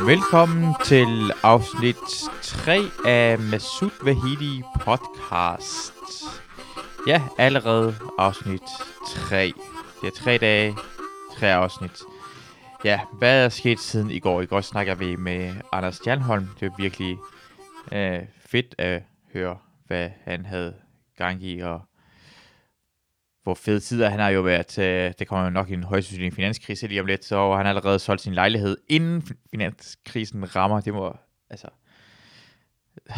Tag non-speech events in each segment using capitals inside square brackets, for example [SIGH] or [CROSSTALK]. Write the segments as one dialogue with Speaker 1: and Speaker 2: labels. Speaker 1: Velkommen til afsnit 3 af Masud Vahidi podcast. Ja, allerede afsnit 3. Det er tre dage, tre afsnit. Ja, hvad er sket siden i går? I går snakker vi med Anders Stjernholm. Det var virkelig øh, fedt at høre, hvad han havde gang i, og hvor fede tider han har jo været. Øh, det kommer jo nok en højsynsynlig finanskrise lige om lidt, så han har allerede solgt sin lejlighed, inden fin- finanskrisen rammer. Det må, altså, [SIGHS]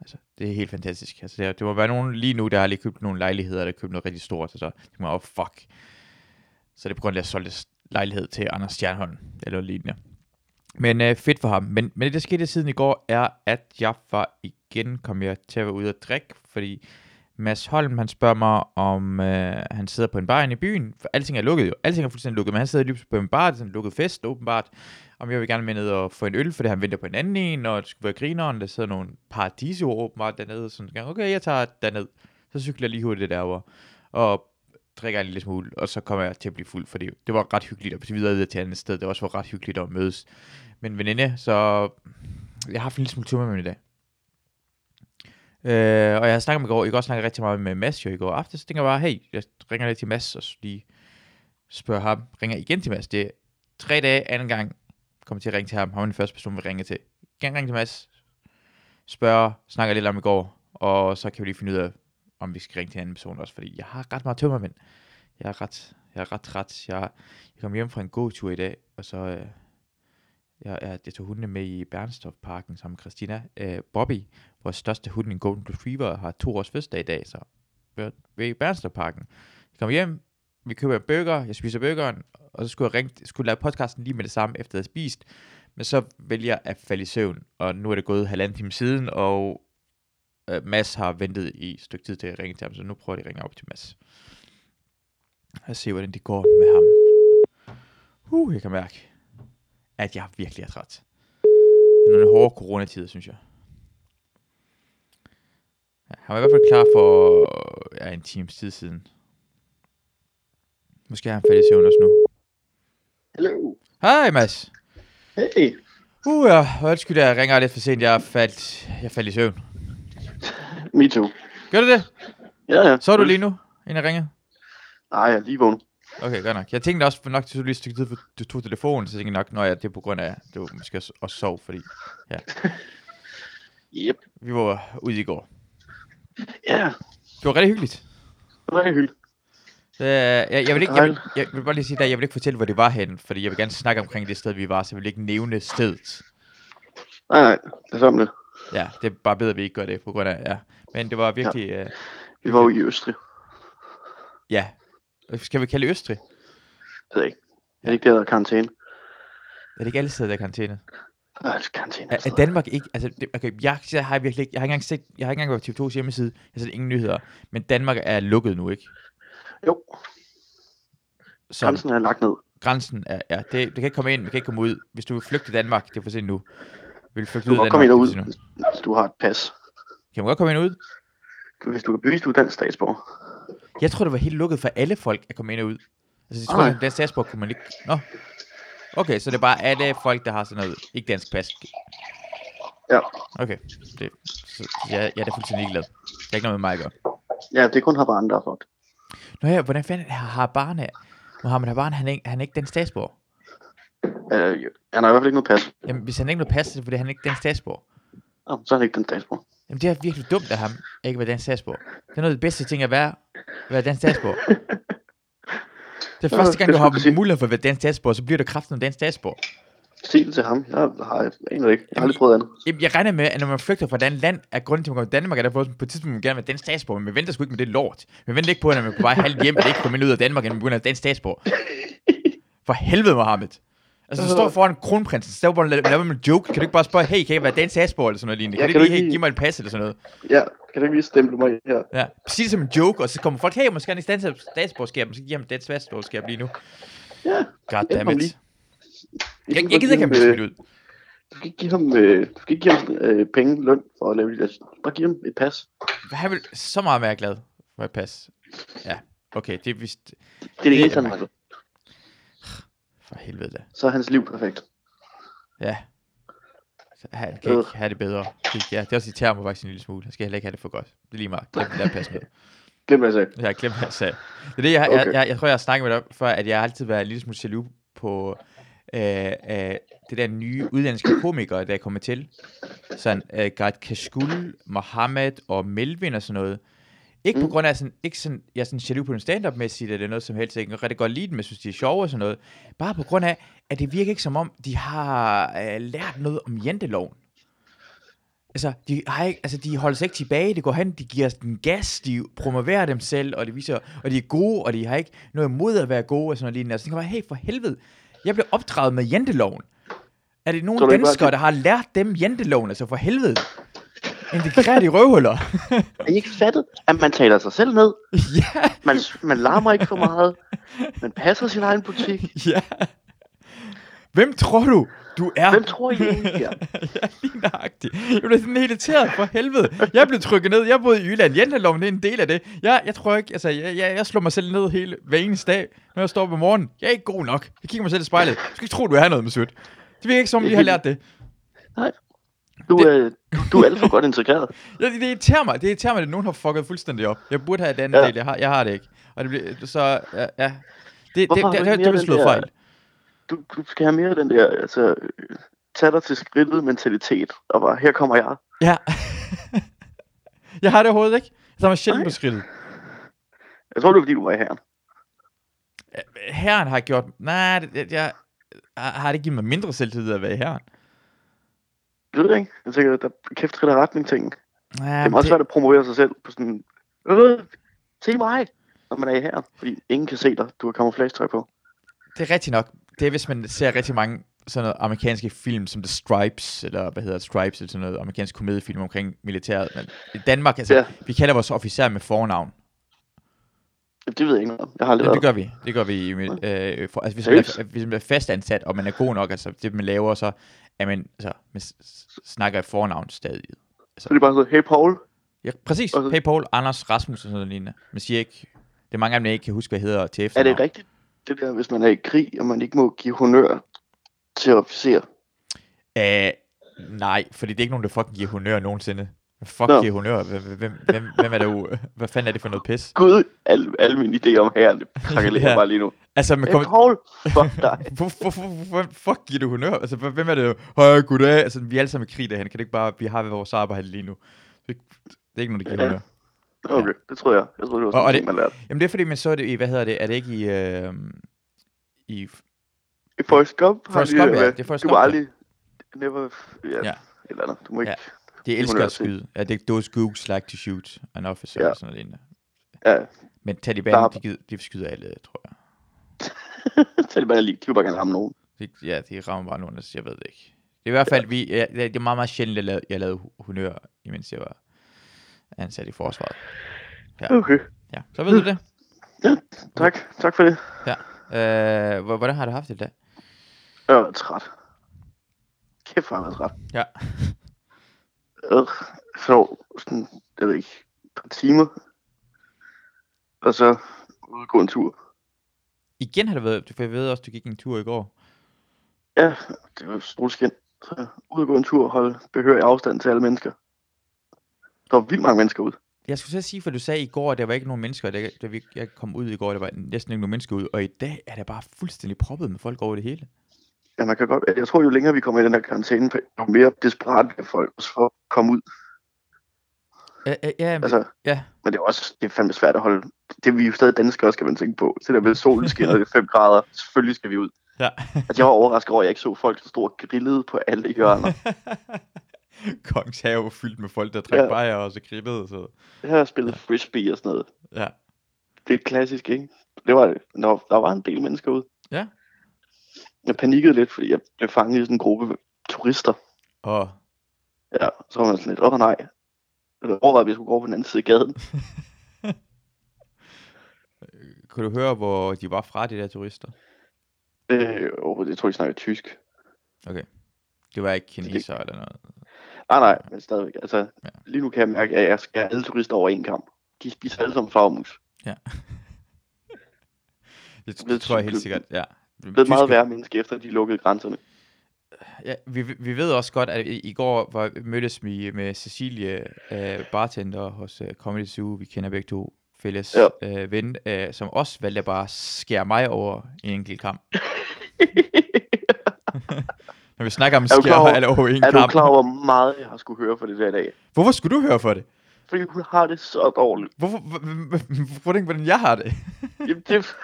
Speaker 1: altså, det er helt fantastisk. Altså, det, det må være nogen lige nu, der har lige købt nogle lejligheder, der købt noget rigtig stort, så det må oh, fuck. Så det er på grund af, at jeg solgte s- lejlighed til Anders Stjernholm, eller lignende. Men øh, fedt for ham. Men, men det, der skete siden i går, er, at jeg var igen kom jeg til at være ude og drikke, fordi Mads Holm, han spørger mig, om øh, han sidder på en bar inde i byen, for alting er lukket jo, alting er fuldstændig lukket, men han sidder lige på en bar, det er sådan en lukket fest, åbenbart, om jeg vil gerne med ned og få en øl, fordi han venter på en anden en, og det skulle være grineren, der sidder nogle paradiso åbenbart dernede, sådan gang, okay, jeg tager derned, så cykler jeg lige hurtigt derover og drikker en lille smule, og så kommer jeg til at blive fuld, fordi det var ret hyggeligt at blive videre videre til et andet sted, det var også var ret hyggeligt at mødes med en veninde, så jeg har haft en lille smule tur med mig i dag. Øh, og jeg snakkede med i går, i går snakkede jeg rigtig meget med Mads jo i går aftes, så tænker jeg bare, hey, jeg ringer lige til Mads, og så lige spørger ham, ringer igen til Mads, det er tre dage, anden gang, kommer til at ringe til ham, ham er den første person, vi ringer til. Gerne ringe til Mads, spørger, snakker lidt om i går, og så kan vi lige finde ud af, om vi skal ringe til en anden person også, fordi jeg har ret meget tømmermænd. Jeg er ret, jeg er ret træt. Jeg, jeg kom hjem fra en god tur i dag, og så øh, jeg, jeg, jeg tog hundene med i Bernstorff-parken sammen med Christina. Øh, Bobby, vores største hund, en Golden Retriever, har to års fødselsdag i dag, så ved- ved Bernstorff-parken. Jeg kom hjem, vi køber en burger, jeg spiser burgeren, og så skulle jeg ringe, skulle lave podcasten lige med det samme, efter jeg havde spist. Men så vælger jeg at falde i søvn, og nu er det gået halvanden time siden, og øh, Mads har ventet i et stykke tid til at ringe til ham, så nu prøver de at ringe op til Mads. Lad os se, hvordan det går med ham. Uh, jeg kan mærke, at jeg virkelig er træt. Det er nogle hårde coronatider, synes jeg. Ja, han var i hvert fald klar for ja, en times tid siden. Måske har han faldet i søvn også nu.
Speaker 2: Hallo.
Speaker 1: Hej Mads.
Speaker 2: Hey.
Speaker 1: Uh, ja, undskyld, jeg ringer lidt for sent. Jeg faldt, jeg faldt i søvn.
Speaker 2: Me too.
Speaker 1: Gør du det?
Speaker 2: Ja, ja.
Speaker 1: Så er du lige nu, inden jeg ringede?
Speaker 2: Nej, jeg er lige vågen.
Speaker 1: Okay, godt nok. Jeg tænkte også for nok, til du lige et stykke tid, for du tog telefonen, så tænkte jeg nok, når jeg, det er på grund af, det var måske også, også sov, fordi
Speaker 2: Yep.
Speaker 1: vi var ude i går.
Speaker 2: Ja,
Speaker 1: Det var rigtig hyggeligt.
Speaker 2: det var hyggeligt.
Speaker 1: Øh, jeg, jeg, vil ikke, jeg, vil, jeg vil bare lige sige der, jeg vil ikke fortælle, hvor det var henne, fordi jeg vil gerne snakke omkring det sted, vi var, så jeg vil ikke nævne stedet.
Speaker 2: Nej, nej, det er sammen det.
Speaker 1: Ja, det er bare bedre, at vi ikke gør det, på grund af, ja. Men det var virkelig, ja. Øh,
Speaker 2: Vi var jo i Østrig.
Speaker 1: ja. Skal vi kalde det Østrig?
Speaker 2: Det ved jeg ikke. Er det ikke det, der hedder karantæne?
Speaker 1: Er det ikke alle steder, der er karantæne?
Speaker 2: Nej, det er karantæne.
Speaker 1: Er, er Danmark ikke... Altså, det, okay, jeg, jeg har virkelig ikke... Jeg har ikke engang set... Jeg har ikke engang været på TV2's hjemmeside. Jeg har set ingen nyheder. Men Danmark er lukket nu, ikke?
Speaker 2: Jo,
Speaker 1: Så
Speaker 2: grænsen er lagt ned.
Speaker 1: grænsen er... Ja, det, du kan ikke komme ind, du kan ikke komme ud. Hvis du vil flygte til Danmark, det er for sent nu. Vil du flygte
Speaker 2: Du
Speaker 1: ud
Speaker 2: kan
Speaker 1: af
Speaker 2: godt komme
Speaker 1: Danmark, det
Speaker 2: ind og
Speaker 1: er
Speaker 2: ud,
Speaker 1: for sent nu.
Speaker 2: hvis du har et pas.
Speaker 1: Kan man godt komme ind og ud?
Speaker 2: Du- Hvis du kan bevise, du er dansk statsborger.
Speaker 1: Jeg tror, det var helt lukket for alle folk at komme ind og ud. Altså, jeg tror,
Speaker 2: Nej.
Speaker 1: at dansk statsborg kunne man ikke... Nå. Okay, så det er bare alle folk, der har sådan noget ikke dansk pas.
Speaker 2: Ja.
Speaker 1: Okay. Det, så, jeg, jeg er da fuldstændig ligeglad. Det er ikke noget med mig at gøre.
Speaker 2: ja, det er kun har andre for det.
Speaker 1: Nå ja, hvordan fanden har Habana... Mohammed Habana, han er, ikke- han er ikke den statsborg.
Speaker 2: Øh, jo. han har i hvert fald ikke noget pas.
Speaker 1: Jamen, hvis han ikke noget pas, så er det, fordi han er ikke den statsborg.
Speaker 2: Nå, så er han ikke den statsborger.
Speaker 1: Jamen, det er virkelig dumt af ham, at ikke være dansk statsborg. Det er noget af det bedste ting at være, at være dansk
Speaker 2: [LAUGHS]
Speaker 1: statsborg. Det er
Speaker 2: Ja,
Speaker 1: første gang,
Speaker 2: det
Speaker 1: du
Speaker 2: skulle jeg
Speaker 1: har
Speaker 2: sige.
Speaker 1: mulighed for at være dansk statsborg, så bliver du kraften dansk statsborg.
Speaker 2: Stil til ham. Jeg har jeg aner det ikke. Jeg har aldrig prøvet andet.
Speaker 1: Jamen, jeg regner med, at når man flygter fra et andet land, er grunden til, at man kommer til Danmark, er derfor også på et tidspunkt, man gerne vil være dansk statsborger, men man venter sgu ikke med det lort. Man venter ikke på, at når man er på vej halvt hjem, at det ikke kommer ind ud af Danmark, at man begynder at være dansk statsborger. For helvede, Mohammed. Altså, du står foran kronprinsen, så laver man laver man en joke. Kan du ikke bare spørge, hey, kan jeg være dansk statsborger eller sådan noget lignende?
Speaker 2: Ja,
Speaker 1: Kan, du
Speaker 2: kan du
Speaker 1: ikke lige
Speaker 2: ikke-
Speaker 1: give mig et pas eller sådan noget?
Speaker 2: Ja, kan du ikke lige stemme mig her?
Speaker 1: Ja, præcis som en joke, og så kommer folk, hey, måske er han ikke dansk statsborgerskab, måske giver ham dansk statsborgerskab lige nu.
Speaker 2: Ja. Øh, Hjælp ham
Speaker 1: Goddammit.
Speaker 2: lige.
Speaker 1: Jeg, jeg gider ikke, at han bliver smidt ud.
Speaker 2: Du skal ikke give ham, øh, du skal ikke give ham øh, penge, løn for at lave det der. Bare give ham et pas.
Speaker 1: Han vil så meget være glad for et pas. Ja, okay, det er vist...
Speaker 2: Det er det
Speaker 1: Det-
Speaker 2: eneste, han mangler.
Speaker 1: For helvede da.
Speaker 2: Så er hans liv perfekt.
Speaker 1: Ja. Så han kan
Speaker 2: Øh.
Speaker 1: ikke have det bedre. Det, ja, det er også irriterer mig faktisk en lille smule. Han skal heller ikke have det for godt. Det er lige meget. Glem den der pas med.
Speaker 2: Glem hvad jeg sagde.
Speaker 1: Jeg har glemt, hvad jeg sagde. Det er det, jeg, okay. jeg,
Speaker 2: Okay.
Speaker 1: jeg, jeg, tror, jeg har snakket med dig om før, at jeg har altid været en lille smule jaloux på øh, øh, det der nye udlandske komikere, der er kommet til. Sådan øh, Gard Kashkul, Mohammed og Melvin og sådan noget. Ikke på grund af, sådan, ikke sådan, jeg er sådan jaloux på dem stand-up-mæssigt, eller noget som helst. Jeg kan rigtig godt lide dem, jeg synes, de er sjove og sådan noget. Bare på grund af, at det virker ikke som om, de har øh, lært noget om jenteloven. Altså, de, har ikke, altså, de holder sig ikke tilbage, det går hen, de giver den gas, de promoverer dem selv, og, det viser, og de er gode, og de har ikke noget imod at være gode, og sådan noget lignende. Altså, jeg tænker bare, hey, for helvede, jeg blev opdraget med jenteloven. Er det
Speaker 2: Tror
Speaker 1: nogle
Speaker 2: du ikke bare,
Speaker 1: danskere,
Speaker 2: det-
Speaker 1: der har lært dem jenteloven? Altså, for helvede. Integrer de røvhuller. [LAUGHS]
Speaker 2: Har I ikke fattet, at man taler sig selv ned?
Speaker 1: ja,
Speaker 2: Man, man larmer ikke for meget. Man passer sin egen butik.
Speaker 1: ja. Hvem tror du, du er?
Speaker 2: Hvem tror I egentlig er?
Speaker 1: [LAUGHS] ja, lige nøjagtigt. Jeg blev sådan helt irriteret for helvede. Jeg blev trykket ned. Jeg boede i Jylland. Jenteloven det er en del af det. Jeg, jeg tror ikke, altså, jeg, jeg, jeg slår mig selv ned hele hver eneste dag, når jeg står op om morgenen. Jeg er ikke god nok. Jeg kigger mig selv i spejlet. Du skal ikke tro, du er noget med sødt. Det virker ikke som, om de har lært det.
Speaker 2: Du, øh, du, du er alt for godt integreret.
Speaker 1: Ja, det, det irriterer mig. Det irriterer mig, at nogen har fucket fuldstændig op. Jeg burde have den anden
Speaker 2: Ja.
Speaker 1: del. Jeg har, jeg har det ikke. Og det bliver, så, ja, ja. Det, det,
Speaker 2: Hvorfor
Speaker 1: det, det,
Speaker 2: har du ikke
Speaker 1: det,
Speaker 2: mere
Speaker 1: det, det
Speaker 2: den
Speaker 1: slået
Speaker 2: der-
Speaker 1: fejl.
Speaker 2: Du, du skal have mere af den der, altså, øh, tag dig til skridtet mentalitet, og bare, her kommer jeg.
Speaker 1: Ja. jeg har det overhovedet ikke. Jeg tager mig sjældent
Speaker 2: Nej.
Speaker 1: på skridtet.
Speaker 2: Jeg tror, det er, fordi du var i herren.
Speaker 1: Herren har gjort... Nej, det, det, jeg, har har det givet mig mindre selvtillid at være i herren?
Speaker 2: Det ved jeg ikke. Jeg tænker, der er kæft skridt af retning ting. Det
Speaker 1: Nej,
Speaker 2: er
Speaker 1: men
Speaker 2: meget
Speaker 1: det,
Speaker 2: svært at promovere sig selv på sådan, øh, se mig, når man er i herren. Fordi ingen kan se dig, du har kamuflagetøj på.
Speaker 1: det er rigtigt nok. Det er, hvis man ser rigtig mange sådan noget amerikanske film, som The Stripes, eller hvad hedder det, Stripes, eller sådan noget amerikansk komediefilm omkring militæret. Men i Danmark, altså,
Speaker 2: Ja.
Speaker 1: vi kalder vores officer med fornavn.
Speaker 2: Det ved jeg ikke noget om. Jeg har aldrig
Speaker 1: Ja, det
Speaker 2: været
Speaker 1: gør vi. Det gør vi. i mit- Øh, for, altså, hvis, man
Speaker 2: Seriøst?
Speaker 1: er, hvis man er fastansat, og man er god nok, altså det man laver, så er man, altså, man s- s- snakker i fornavn stadig.
Speaker 2: Så er det bare sådan, hey Paul.
Speaker 1: Ja, præcis.
Speaker 2: Og så-
Speaker 1: Hey Paul, Anders, Rasmus og sådan noget lignende. Man siger ikke... Det er mange af dem, jeg ikke kan huske, hvad jeg hedder til
Speaker 2: Er
Speaker 1: efternavn.
Speaker 2: det rigtigt, det der, hvis man er i krig, og man ikke må give honør til officerer?
Speaker 1: rigtigt? Æh, Øh, nej, fordi det er ikke nogen, der fucking giver honør nogensinde. Hvad Fuck
Speaker 2: Nå.
Speaker 1: giver honør. Hvem, hvem, hvem, hvem er det jo? Hvad fanden er det for noget pis?
Speaker 2: Gud, alle, alle mine idéer om herren, det krakalerer
Speaker 1: [LAUGHS] Ja.
Speaker 2: bare lige nu.
Speaker 1: Altså, man
Speaker 2: Hey
Speaker 1: kommer...
Speaker 2: Paul, fuck dig.
Speaker 1: Hvor, hvor, hvor, hvor, hvor fuck giver du honør? Altså, hvem hvem er det jo? Hej, goddag. Altså, vi er alle sammen i krig derhen. Kan det ikke bare... Vi har vores arbejde lige nu. Det er ikke nogen, der giver
Speaker 2: Ja.
Speaker 1: honør.
Speaker 2: Okay, det tror jeg. Jeg tror, det var sådan
Speaker 1: Og- og
Speaker 2: en ting,
Speaker 1: det-
Speaker 2: man lærte.
Speaker 1: Jamen, det er fordi, man så det i... Hvad hedder det? Er det ikke i... Øh, i
Speaker 2: I Forrest Gump har
Speaker 1: Forrest
Speaker 2: de,
Speaker 1: Gump, ja,
Speaker 2: hvad,
Speaker 1: det er Forrest
Speaker 2: du
Speaker 1: Gump,
Speaker 2: må
Speaker 1: ja.
Speaker 2: aldrig, never, ja,
Speaker 1: Ja.
Speaker 2: ja. eller andet. Du må ikke, [LAUGHS]
Speaker 1: de elsker
Speaker 2: honør
Speaker 1: at
Speaker 2: til.
Speaker 1: skyde. Ja, det er those gooks like to shoot an officer.
Speaker 2: Ja.
Speaker 1: Ja. Og sådan noget lignende.
Speaker 2: ja,
Speaker 1: Men
Speaker 2: Der
Speaker 1: Taliban,
Speaker 2: er-
Speaker 1: de, gider, de skyder alle, tror jeg.
Speaker 2: tag det bare lige, de vil bare gerne ramme nogen.
Speaker 1: De, ja, de rammer bare nogen, altså, jeg ved det ikke. Det er i hvert fald, vi, ja, det er meget, meget sjældent, jeg lavede, jeg lavede hu- honør, imens jeg var ansat i forsvaret. Ja.
Speaker 2: Okay,
Speaker 1: Ja, så ved du [LAUGHS] det.
Speaker 2: tak, tak for det.
Speaker 1: Ja. Øh, hvor- hvordan har du haft det i dag?
Speaker 2: Jeg er træt. Kæft, hvor har jeg været træt.
Speaker 1: Ja.
Speaker 2: Øh, så sådan, jeg ved ikke, et par timer. Og så ud og gå en tur.
Speaker 1: Igen har du været, for jeg ved også, du gik en tur i går.
Speaker 2: Ja, det var solskin. Så ud og gå en tur og holde behørig afstand til alle mennesker. Der var vildt mange mennesker ud.
Speaker 1: Jeg skulle så sige, for du sagde i går, at der var ikke nogen mennesker, da, da vi, jeg kom ud i går, der var næsten ikke nogen mennesker ud, og i dag er der bare fuldstændig proppet med folk over det hele.
Speaker 2: Ja, man kan godt, jeg tror, jo længere vi kommer i den her karantæne, jo mere desperat bliver folk for at komme ud.
Speaker 1: Ja, ja, ja,
Speaker 2: Altså,
Speaker 1: ja. [LAUGHS]
Speaker 2: Men det er også det er fandme svært at holde. Det er vi jo stadig danskere, skal man tænke på. Så der med solen skinner, det er 5 grader. Selvfølgelig skal vi ud.
Speaker 1: ja.
Speaker 2: Altså, jeg var overrasket over, at jeg ikke så folk, der stod og grillede på alle
Speaker 1: [LAUGHS]
Speaker 2: hjørner.
Speaker 1: Kongens have var fyldt med folk, der drak ja.
Speaker 2: Ja.
Speaker 1: bajer og så gribbede. Så.
Speaker 2: Jeg har spillet frisbee og sådan noget.
Speaker 1: Ja.
Speaker 2: Det er klassisk, ikke? Det var, der, der var en del mennesker ude.
Speaker 1: Ja.
Speaker 2: Jeg panikkede lidt, fordi jeg blev fanget i sådan en gruppe turister.
Speaker 1: Og
Speaker 2: Ja, så var man sådan lidt, åh nej. Jeg overvejede, at jeg skulle gå over på den anden side af gaden.
Speaker 1: kunne du høre, hvor de var fra, de der turister?
Speaker 2: Øh, åh, jeg tror, de snakker tysk.
Speaker 1: Det var ikke kineser eller noget.
Speaker 2: Nej, nej, men stadigvæk. Altså,
Speaker 1: Ja.
Speaker 2: ja. lige nu kan jeg mærke, at jeg skal alle turister over en kamp. De spiser alle sammen flagermus.
Speaker 1: Det, det
Speaker 2: Blevet-
Speaker 1: tror jeg helt
Speaker 2: blevet-
Speaker 1: sikkert, ja.
Speaker 2: Det er meget værre menneske, efter de lukkede grænserne.
Speaker 1: Ja, vi, vi ved også godt, at i, i går var, mødtes vi med Cecilie, øh, bartender hos øh, Comedy Zoo. Vi kender begge to fælles
Speaker 2: Ja.
Speaker 1: øh, ven, øh, som også valgte at bare skære mig over i en enkelt
Speaker 2: [LAUGHS]
Speaker 1: kamp. Når vi snakker om
Speaker 2: du klar
Speaker 1: skære
Speaker 2: over-
Speaker 1: mig alle over i en
Speaker 2: Er du
Speaker 1: kamp.
Speaker 2: klar over, hvor meget jeg har skulle høre for det der i dag?
Speaker 1: Hvorfor skulle du høre for det?
Speaker 2: Fordi hun har det så dårligt.
Speaker 1: Hvorfor, h- h- h- hvordan, hvordan jeg har det?
Speaker 2: Jamen, det, [LAUGHS]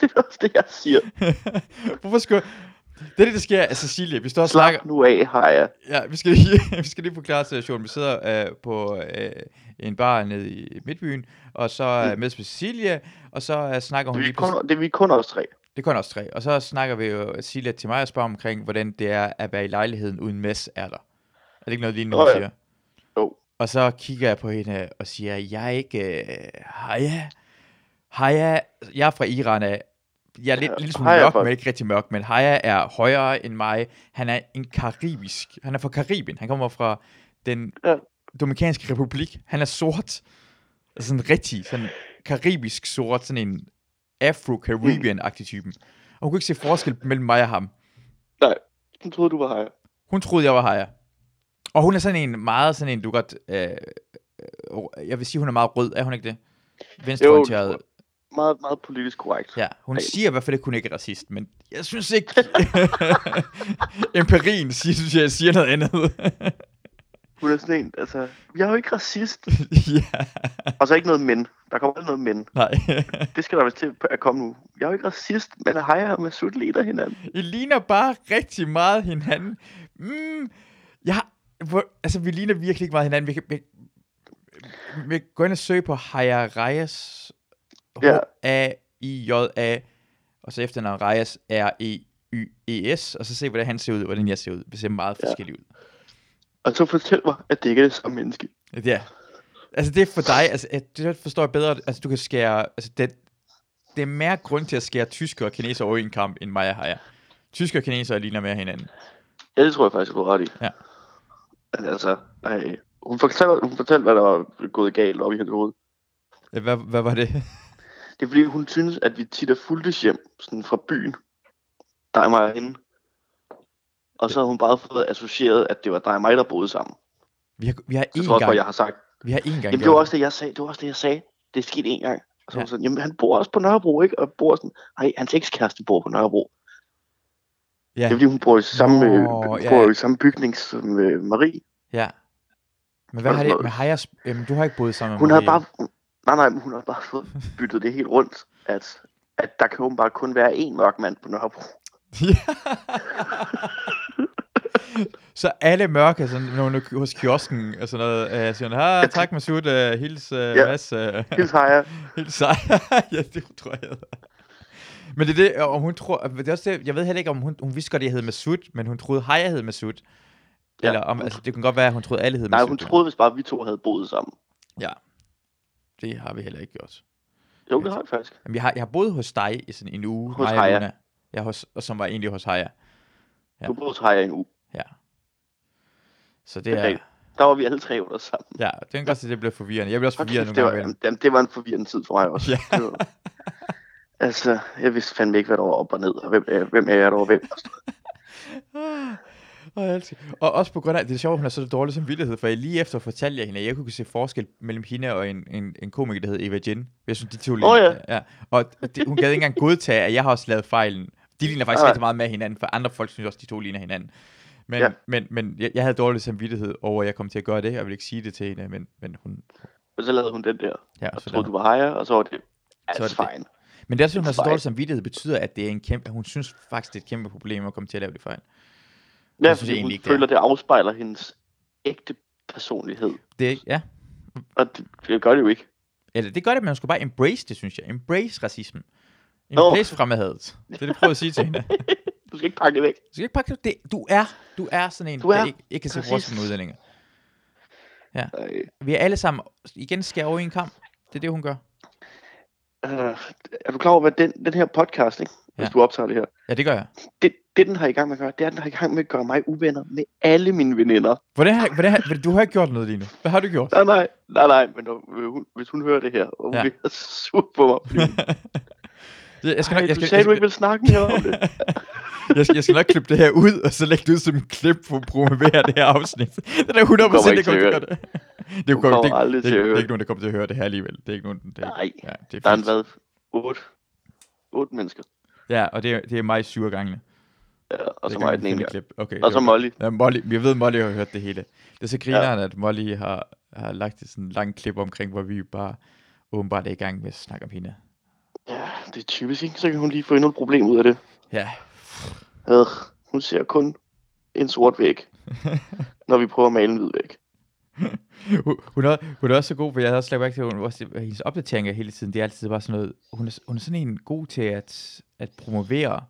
Speaker 2: det er også det, jeg siger.
Speaker 1: [LAUGHS] Hvorfor skulle Det er det, der sker af Cecilie. Vi står og snakker...
Speaker 2: Slap nu af, har jeg.
Speaker 1: Ja, vi skal lige, [LAUGHS] vi skal lige forklare situationen. Vi sidder øh, på øh, en bar nede i Midtbyen, og så er øh, med Cecilie, og så øh, snakker hun
Speaker 2: Mm. Det er, vi
Speaker 1: lige på...
Speaker 2: kun, det er vi kun os tre.
Speaker 1: Det er kun os tre. Og så snakker vi jo Cecilie til mig og spørger omkring, hvordan det er at være i lejligheden uden mess er der. Er det ikke noget lignende, hun
Speaker 2: Nå ja.
Speaker 1: siger?
Speaker 2: Jo.
Speaker 1: Og så kigger jeg på hende og siger, jeg er ikke... Øh, Haja. Haja. Jeg er fra Iran af. Jeg er lidt,
Speaker 2: Ja,
Speaker 1: lidt smule
Speaker 2: Haja er
Speaker 1: mørk,
Speaker 2: fra-
Speaker 1: men ikke rigtig mørk. Men Haja er højere end mig. Han er en karibisk. Han er fra Karibien. Han kommer fra den
Speaker 2: Ja.
Speaker 1: Dominikanske Republik. Han er sort. Altså sådan rigtig sådan karibisk sort. Sådan en Afro-Caribbean-agtig typen. Og hun kunne ikke se forskel mellem mig og ham.
Speaker 2: Den troede, du var her.
Speaker 1: Hun troede, jeg var Haja. Og hun er sådan en meget sådan en, du godt... Øh, øh, jeg vil sige, hun er meget rød. Er hun ikke det? Venstreorienteret.
Speaker 2: Meget, meget politisk korrekt.
Speaker 1: Ja, hun
Speaker 2: Ej.
Speaker 1: siger i hvert fald ikke, hun ikke er racist, men jeg synes ikke... [LAUGHS] Empirien siger, synes jeg, siger noget andet. [LAUGHS]
Speaker 2: Hun er sådan en, altså, jeg er jo ikke racist.
Speaker 1: ja,
Speaker 2: Og så ikke noget men. Der kommer aldrig noget men.
Speaker 1: nej. [LAUGHS]
Speaker 2: Det skal der vist til at komme nu. Jeg er jo ikke racist, men Haja og Masud lider hinanden.
Speaker 1: I ligner bare rigtig meget hinanden. Mm, jeg har, hvor, altså, vi ligner virkelig ikke meget hinanden. Vi kan, vi, vi kan gå ind og søge på Haya Reyes.
Speaker 2: Ja.
Speaker 1: H-A-I-J-A. Og så efternavn Reyes E R-E-Y-E-S. Og så se, hvordan han ser ud, og hvordan jeg ser ud. Vi ser meget
Speaker 2: Ja.
Speaker 1: forskellige ud.
Speaker 2: Og så fortæl mig, at det ikke er det samme menneske.
Speaker 1: Ja. Yeah. Altså det er for dig, altså at det forstår jeg bedre, altså du kan skære, altså det, det er mere grund til at skære tysker og kineser over i en kamp, end mig og Haya. Tysker og kineser ligner mere hinanden.
Speaker 2: Ja, det tror jeg faktisk, du har ret i.
Speaker 1: Ja.
Speaker 2: Men altså, ej, hun, fortalte, hun fortalte, hvad der var gået galt op i hendes hoved.
Speaker 1: Øh, Hvad, hvad var det? [LAUGHS]
Speaker 2: Det er fordi, hun synes, at vi tit er fuldtes hjem, sådan fra byen. Dig og mig og hende. Og så har hun bare fået associeret, at det var dig og mig, der boede sammen.
Speaker 1: Vi har, vi har
Speaker 2: Så
Speaker 1: én
Speaker 2: tror jeg, også
Speaker 1: gang,
Speaker 2: bare, jeg har sagt,
Speaker 1: vi har én gang
Speaker 2: Jamen, det
Speaker 1: gjort
Speaker 2: var også det, jeg sagde. Det var også det, jeg sagde. Det skete en gang. Og så
Speaker 1: Ja.
Speaker 2: ja. sådan, jamen, han bor også på Nørrebro, ikke? Og bor sådan, nej, hans ekskæreste bor på Nørrebro.
Speaker 1: Ja.
Speaker 2: Ja. Det er fordi, hun bor i samme,
Speaker 1: Nå,
Speaker 2: øh,
Speaker 1: ja.
Speaker 2: bor i samme bygning som øh, Marie.
Speaker 1: Ja. Men hvad har det med Hayas, øhm, du har ikke boet sammen med
Speaker 2: Hun har
Speaker 1: Marie.
Speaker 2: bare, hun- nej, nej, men hun har bare fået byttet det helt rundt, at, at der kan åbenbart kun være én mørk mand på Nørrebro.
Speaker 1: [LAUGHS] Så alle mørke, er sådan, når hun er hos kiosken og sådan noget, øh, siger hun, ah, tak Masud, øh, hils øh,
Speaker 2: Ja.
Speaker 1: Mads. Øh.
Speaker 2: Helt har
Speaker 1: [LAUGHS]
Speaker 2: jeg.
Speaker 1: Helt sej. ja, det tror jeg. Men det er det, og hun tror, og det er også det, jeg ved heller ikke, om hun, hun vidste godt, at jeg hed Masud, men hun troede, hej, jeg hed Masud.
Speaker 2: Ja.
Speaker 1: Eller om, altså, det kunne godt være, at hun troede, alle hed
Speaker 2: Nej,
Speaker 1: Masud.
Speaker 2: hun troede vist bare, at vi to havde boet sammen.
Speaker 1: Det har vi heller ikke gjort.
Speaker 2: Jo, det har jeg faktisk.
Speaker 1: Jamen, jeg, har, jeg har boet hos dig i sådan en uge.
Speaker 2: Hos
Speaker 1: mig og
Speaker 2: Haya.
Speaker 1: Luna. Ja, hos, og som var egentlig hos Haya. Ja.
Speaker 2: Du boede hos Haja i en uge.
Speaker 1: Så det er,
Speaker 2: Okay. Der var vi alle tre under sammen.
Speaker 1: ja, det kan godt se, det blev forvirrende. Jeg blev også
Speaker 2: Hold
Speaker 1: forvirret nogle
Speaker 2: kæft, det, var,
Speaker 1: gange. imellem.
Speaker 2: jamen, det var en forvirrende tid for mig også.
Speaker 1: Ja.
Speaker 2: Det var- altså, jeg vidste fandme ikke, hvad der var op og ned, og hvem er, hvem er jeg, der var hvem.
Speaker 1: Ah, Og, jeg elsker- og også på grund af, det er sjovt, at hun har så dårlig samvittighed, for jeg lige efter fortalte jeg hende, at jeg kunne se forskel mellem hende og en, en, en komiker, der hed Eva Jin. Jeg synes, de to ligner.
Speaker 2: Åh,
Speaker 1: ja. Og det, hun gad ikke engang godtage, at jeg har også lavet fejlen. De ligner faktisk
Speaker 2: Nej.
Speaker 1: rigtig meget med hinanden, for andre folk synes også, de to ligner hinanden. Men,
Speaker 2: Ja.
Speaker 1: men, men jeg, jeg havde dårlig samvittighed over, at jeg kom til at gøre det. Jeg vil ikke sige det til hende, men, men hun...
Speaker 2: Og så lavede hun den der,
Speaker 1: Ja,
Speaker 2: og
Speaker 1: så
Speaker 2: troede,
Speaker 1: der-
Speaker 2: du var hejer, og så var det
Speaker 1: Så er det
Speaker 2: altså
Speaker 1: det.
Speaker 2: fine.
Speaker 1: Men det er sådan, hun har så
Speaker 2: Fejl.
Speaker 1: dårlig samvittighed, betyder, at det er en kæmpe... Hun synes faktisk, det er et kæmpe problem at komme til at lave det fejl.
Speaker 2: Ja,
Speaker 1: synes jeg
Speaker 2: fordi
Speaker 1: egentlig
Speaker 2: hun
Speaker 1: ikke, det er.
Speaker 2: føler, det afspejler hendes ægte personlighed.
Speaker 1: Det er, ikke- ja.
Speaker 2: Og det, det gør det jo ikke.
Speaker 1: Eller det gør det, men man skulle bare embrace det, synes jeg. Embrace racismen.
Speaker 2: Nå.
Speaker 1: Embrace oh. fremmedhadet. Det er det, jeg prøver at sige til
Speaker 2: [LAUGHS]
Speaker 1: hende. Du
Speaker 2: Du skal ikke pakke det væk.
Speaker 1: skal ikke pakke det. det. Du er, du er sådan en,
Speaker 2: Du er
Speaker 1: der ikke, ikke kan se
Speaker 2: racist.
Speaker 1: forskel med udlændinger.
Speaker 2: Øh,
Speaker 1: Vi er alle sammen igen skærer over i en kamp. Det er det, hun gør.
Speaker 2: øh, er du klar over, hvad den, den her podcast, ikke? hvis
Speaker 1: Ja.
Speaker 2: du optager det her,
Speaker 1: Ja, det gør jeg.
Speaker 2: det, det den har i gang med at gøre, det er, den har i gang med at gøre mig uvenner med alle mine veninder.
Speaker 1: Hvordan har, hvordan har, du har ikke gjort noget lige nu. Hvad har du gjort?
Speaker 2: Nej, nej, nej, nej, men når, øh, hun, hvis hun hører det her, og hun
Speaker 1: Ja. [LAUGHS]
Speaker 2: ja. bliver sur på mig, fordi
Speaker 1: Det- Jeg skal,
Speaker 2: Ej,
Speaker 1: nok, jeg,
Speaker 2: du
Speaker 1: skal,
Speaker 2: sagde,
Speaker 1: jeg,
Speaker 2: du ikke
Speaker 1: skal,
Speaker 2: ville snakke mere om det.
Speaker 1: jeg, skal, jeg skal nok klippe det her ud, og så lægge det ud som et klip for at promovere det her afsnit. Det er da 100% det
Speaker 2: kommer
Speaker 1: kommer
Speaker 2: ikke
Speaker 1: det kommer til at gøre det. Det
Speaker 2: Du kommer
Speaker 1: kommer, det, er ikke-
Speaker 2: aldrig
Speaker 1: det, er
Speaker 2: til at
Speaker 1: ikke- det,
Speaker 2: høre
Speaker 1: er
Speaker 2: det.
Speaker 1: ikke nogen, der kommer til at høre det her alligevel. Det er ikke nogen, det er,
Speaker 2: Nej,
Speaker 1: [LAUGHS] ja, det er
Speaker 2: der har
Speaker 1: fint.
Speaker 2: været otte, otte mennesker.
Speaker 1: Ja, og det er, det er mig syv gange.
Speaker 2: Ja, og så mig den ene gang.
Speaker 1: klip. Okay,
Speaker 2: Og så
Speaker 1: okay.
Speaker 2: Molly.
Speaker 1: Ja, Molly, jeg ved, Molly har hørt det hele. Det er så grineren, ja. at Molly har, har lagt et sådan langt klip omkring, hvor vi bare åbenbart er i gang med at snakke om hende.
Speaker 2: Ja, det er typisk, ikke? Så kan hun lige få endnu et problem ud af det.
Speaker 1: Ja,
Speaker 2: Øh, hun ser kun en sort
Speaker 1: [LAUGHS]
Speaker 2: væg, når vi prøver at male en hvid væg.
Speaker 1: hun, hun, er, hun er også så god, for jeg havde også lagt mærke til, at hun, også, at hendes opdateringer hele tiden, det er altid bare sådan noget, hun er, hun er sådan en god til at, at promovere,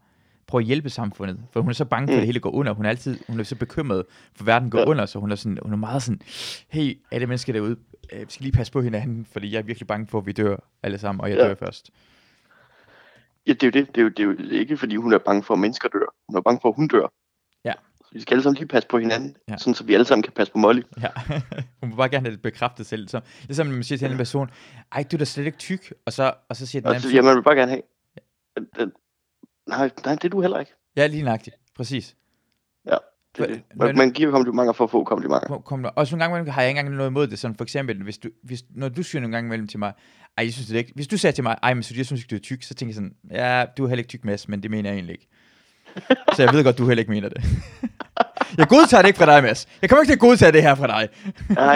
Speaker 1: prøve at hjælpe samfundet, for hun er så bange for, at
Speaker 2: Mm.
Speaker 1: det hele går under, hun er altid, hun er så bekymret for, at verden går
Speaker 2: Ja.
Speaker 1: under, så hun er, sådan, hun er meget sådan, hey, alle mennesker derude, øh, vi skal lige passe på hinanden, fordi jeg er virkelig bange for, at vi dør alle sammen, og jeg
Speaker 2: Ja.
Speaker 1: dør først. [LAUGHS]
Speaker 2: Ja, det er jo det. Det er jo, det er jo ikke, fordi hun er bange for, at mennesker dør. Hun er bange for, at hun dør.
Speaker 1: Ja.
Speaker 2: Så vi skal alle sammen lige passe på hinanden,
Speaker 1: Ja.
Speaker 2: ja. sådan så vi alle sammen kan passe på Molly.
Speaker 1: Ja, hun vil bare gerne have det bekræftet selv. Så, ligesom når man siger til en anden person, ej, du er da slet ikke tyk, og så, og så siger den
Speaker 2: Og
Speaker 1: anden,
Speaker 2: så, ja, man vil bare gerne have. Den- den- Nej, nej, det er du heller ikke.
Speaker 1: ja, lige nøjagtigt, præcis.
Speaker 2: Det, er
Speaker 1: Hva-
Speaker 2: det. Man,
Speaker 1: men-
Speaker 2: man giver komplimenter for at få komplimenter.
Speaker 1: Kom- Kom, og så nogle gange imellem har jeg ikke engang noget imod det. Sådan for eksempel, hvis du, hvis, når du siger nogle gange imellem til mig, ej, jeg synes det er ikke. Hvis du sagde til mig, ej, men så jeg synes ikke, du er tyk, så tænker jeg sådan, ja, du er heller ikke tyk, Mads, men det mener jeg egentlig ikke. så jeg ved godt, du heller ikke mener det. [LAUGHS] jeg godtager det ikke fra dig, Mads. Jeg kommer ikke til at godtage det her fra dig.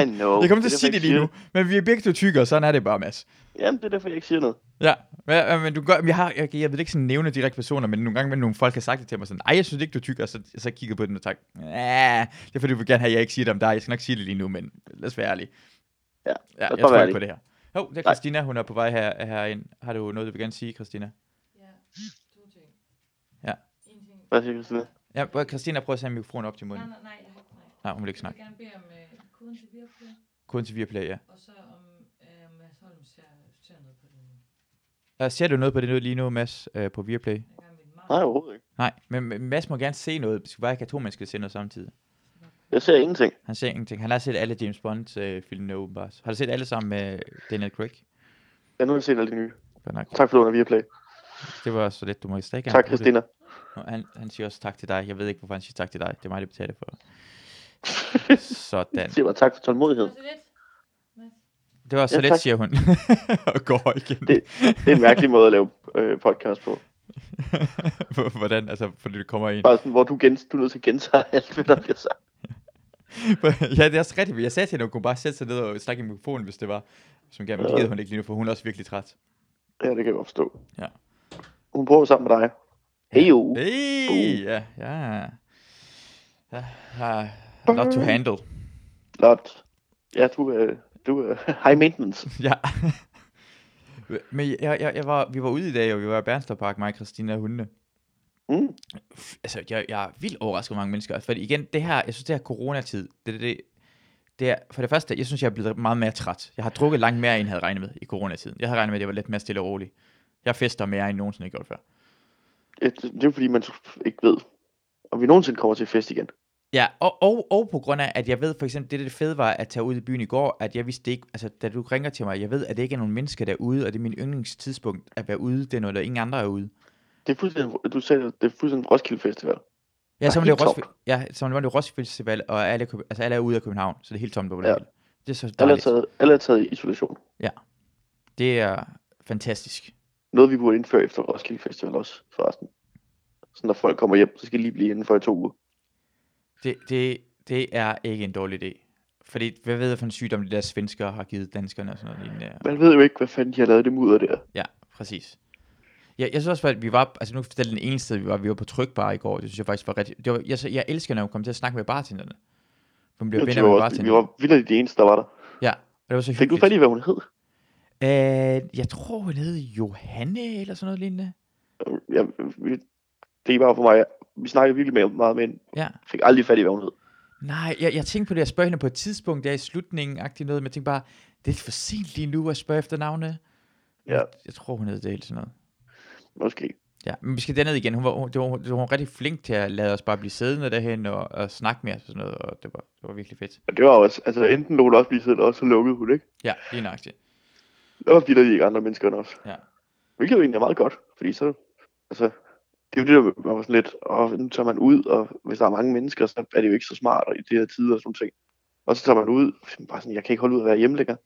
Speaker 2: I know.
Speaker 1: jeg kommer til
Speaker 2: Det er
Speaker 1: at sige det
Speaker 2: derfor, jeg
Speaker 1: lige
Speaker 2: siger
Speaker 1: nu, men vi er begge to tykke, og sådan er det bare, Mads.
Speaker 2: Jamen, det er derfor, jeg ikke siger noget.
Speaker 1: Ja, men, ja, men du gør, jeg, har, jeg, jeg vil ikke sådan nævne direkte personer, men nogle gange med nogle folk har sagt det til mig sådan, ej, jeg synes ikke, du er tyk, og så, så kigger jeg på den og tænker, ja, det er fordi, du vil gerne have, at jeg ikke siger det om dig, jeg skal nok sige det lige nu, men lad os være ærlige.
Speaker 2: Ja,
Speaker 1: ja jeg
Speaker 2: bare
Speaker 1: tror
Speaker 2: være
Speaker 1: ikke på det her. Jo, det er
Speaker 2: Nej.
Speaker 1: Christina, hun er på vej her, herind. Har du noget, du vil gerne sige, Christina?
Speaker 3: Ja, to ting.
Speaker 1: Ja.
Speaker 3: En ting.
Speaker 2: Hvad siger du sådan
Speaker 1: Ja, prøv- Christina, prøv at sætte mikrofonen op til
Speaker 3: Nej,
Speaker 1: munden.
Speaker 3: nej, nej, jeg har ikke nej.
Speaker 1: Nej, hun vil ikke
Speaker 3: Jeg
Speaker 1: snakke.
Speaker 3: vil gerne bede om øh, koden til Viaplay,
Speaker 1: Kun til Viaplay, ja.
Speaker 3: og så om øh, Mads Holm ser, ser noget på det nu.
Speaker 1: Øh, Ser du noget på det nu lige nu, Mads, øh, på Viaplay?
Speaker 3: Jeg er i gang med en meget.
Speaker 2: Nej, overhovedet ikke.
Speaker 1: Nej, men men Mads må gerne se noget. Vi skal bare ikke have to mennesker til at se noget samtidig.
Speaker 2: Jeg ser ingenting.
Speaker 1: Han ser ingenting. Han har set alle James Bond-filmene åbenbart. Har du set alle sammen med øh, Daniel Craig?
Speaker 2: Jeg nu har jeg set alle de nye.
Speaker 1: Godt nok.
Speaker 2: Tak for lånet via Play.
Speaker 1: Det var så lidt, du må stadig gerne
Speaker 2: Tak,
Speaker 1: bruge det.
Speaker 2: Christina.
Speaker 1: Nå, Han, han siger også tak til dig. Jeg ved ikke, hvorfor han siger tak til dig. Det er mig, der betaler
Speaker 2: [LAUGHS]
Speaker 1: for. Sådan.
Speaker 2: Jeg siger bare tak for tålmodighed.
Speaker 3: Så lidt.
Speaker 1: Det var så
Speaker 2: Ja,
Speaker 1: lidt,
Speaker 2: tak.
Speaker 1: siger hun. [LAUGHS] og går igen.
Speaker 2: Det- Det er en mærkelig måde at lave øh, podcast på.
Speaker 1: [LAUGHS] Hvor- Hvordan? Altså, fordi det kommer ind. [LAUGHS]
Speaker 2: Bare sådan, hvor du, gens, du er nødt til at gentage alt, hvad der bliver sagt.
Speaker 1: ja, det er også rigtigt. Jeg sagde til hende, hun kunne bare sætte sig ned og snakke i mikrofonen, hvis det var. Som gerne, men det
Speaker 2: Ja.
Speaker 1: gider hun ikke lige nu, for hun er også virkelig træt.
Speaker 2: Ja, det kan jeg godt forstå.
Speaker 1: Ja.
Speaker 2: Hun bor jo sammen med dig. Hey, jo.
Speaker 1: Hey, ja, ja. Ja, ja. Not to handle.
Speaker 2: Lot. Ja, du er, du er high maintenance.
Speaker 1: Ja. [LAUGHS] Men jeg, jeg, jeg var, vi var ude i dag, og vi var i Bernstorff Park, mig, Christina og hundene.
Speaker 2: Mm.
Speaker 1: F- Altså, jeg, jeg er vildt overrasket, hvor mange mennesker. Fordi igen, det her, jeg synes, det her coronatid, det, det, det, det er, for det første, jeg synes, jeg er blevet meget mere træt. Jeg har drukket langt mere, end jeg havde regnet med i coronatiden. Jeg havde regnet med, at jeg var lidt mere stille og rolig. Jeg fester mere, end jeg nogensinde har gjort før.
Speaker 2: Ja, Det det er jo fordi, man ikke ved, om vi nogensinde kommer til fest igen.
Speaker 1: Ja, og, og, og på grund af, at jeg ved for eksempel, det, det fede var at tage ud i byen i går, at jeg vidste ikke, altså da du ringer til mig, jeg ved, at det ikke er nogen mennesker derude, og det er min yndlingstidspunkt at være ude, det er noget, der ingen andre er ude.
Speaker 2: Det er fuldstændig, du sagde, det er fuldstændig Roskilde Festival.
Speaker 1: Ja,
Speaker 2: er
Speaker 1: som det
Speaker 2: helt
Speaker 1: var Roskilde, ja, som det var det Roskilde Festival, og alle, er køb- altså, alle er ude af København, så det er helt tomt på det.
Speaker 2: Ja.
Speaker 1: Det er så
Speaker 2: Alle er,
Speaker 1: dejligt.
Speaker 2: taget, alle er taget i isolation.
Speaker 1: Det er fantastisk.
Speaker 2: Noget, vi burde indføre efter Roskilde Festival også, forresten. Så når folk kommer hjem, så skal de lige blive indenfor i to uger.
Speaker 1: Det, det, det er ikke en dårlig idé. Fordi, hvad ved jeg for en sygdom, de der svenskere har givet danskerne og sådan noget lignende.
Speaker 2: Man ved jo ikke, hvad fanden de har lavet det mudder der.
Speaker 1: Ja, præcis. Ja, jeg synes også, at vi var, altså nu fortalte den ene sted, vi var, vi var på trykbar i går, det synes jeg faktisk var rigtig, det var, jeg, jeg elsker, når hun kommer til at snakke med bartenderne. Hun bliver
Speaker 2: Jeg
Speaker 1: venner
Speaker 2: tror
Speaker 1: med
Speaker 2: også, vi
Speaker 1: bartenderne.
Speaker 2: var vildt de eneste, der var der.
Speaker 1: Ja, og det var så
Speaker 2: Fik du
Speaker 1: hyggeligt.
Speaker 2: fat i, hvad hun hed?
Speaker 1: Øh, jeg tror, hun hed Johanne eller sådan noget lignende.
Speaker 2: Jeg, vi- det er bare for mig. Vi snakkede virkelig meget- meget med hende.
Speaker 1: Ja.
Speaker 2: Fik aldrig fat i, hvad hun hed.
Speaker 1: Nej, jeg, jeg tænkte på det, jeg spørger hende på et tidspunkt, der i slutningen, agtigt noget, men jeg tænkte bare, det er for sent lige nu at spørge efter navne.
Speaker 2: Ja.
Speaker 1: Jeg, jeg tror, hun hed det eller sådan noget.
Speaker 2: Måske.
Speaker 1: Ja, men vi skal derned igen. Hun var, hun, det var, det var hun rigtig flink til at lade os bare blive siddende derhen og, og snakke med os og sådan noget, og det var, det var virkelig fedt.
Speaker 2: Og det var også, altså enten lå hun også blive siddet, og så lukkede hun, ikke?
Speaker 1: Ja, lige nøjagtigt.
Speaker 2: Der var vildt de ikke andre mennesker end os.
Speaker 1: Ja.
Speaker 2: Hvilket jo egentlig er meget godt, fordi så, altså, det er jo det, der man var sådan lidt, og nu tager man ud, og hvis der er mange mennesker, så er det jo ikke så smart og i de her tider og sådan nogle ting. Og så tager man ud, bare sådan, jeg kan ikke holde ud at være hjemme længere.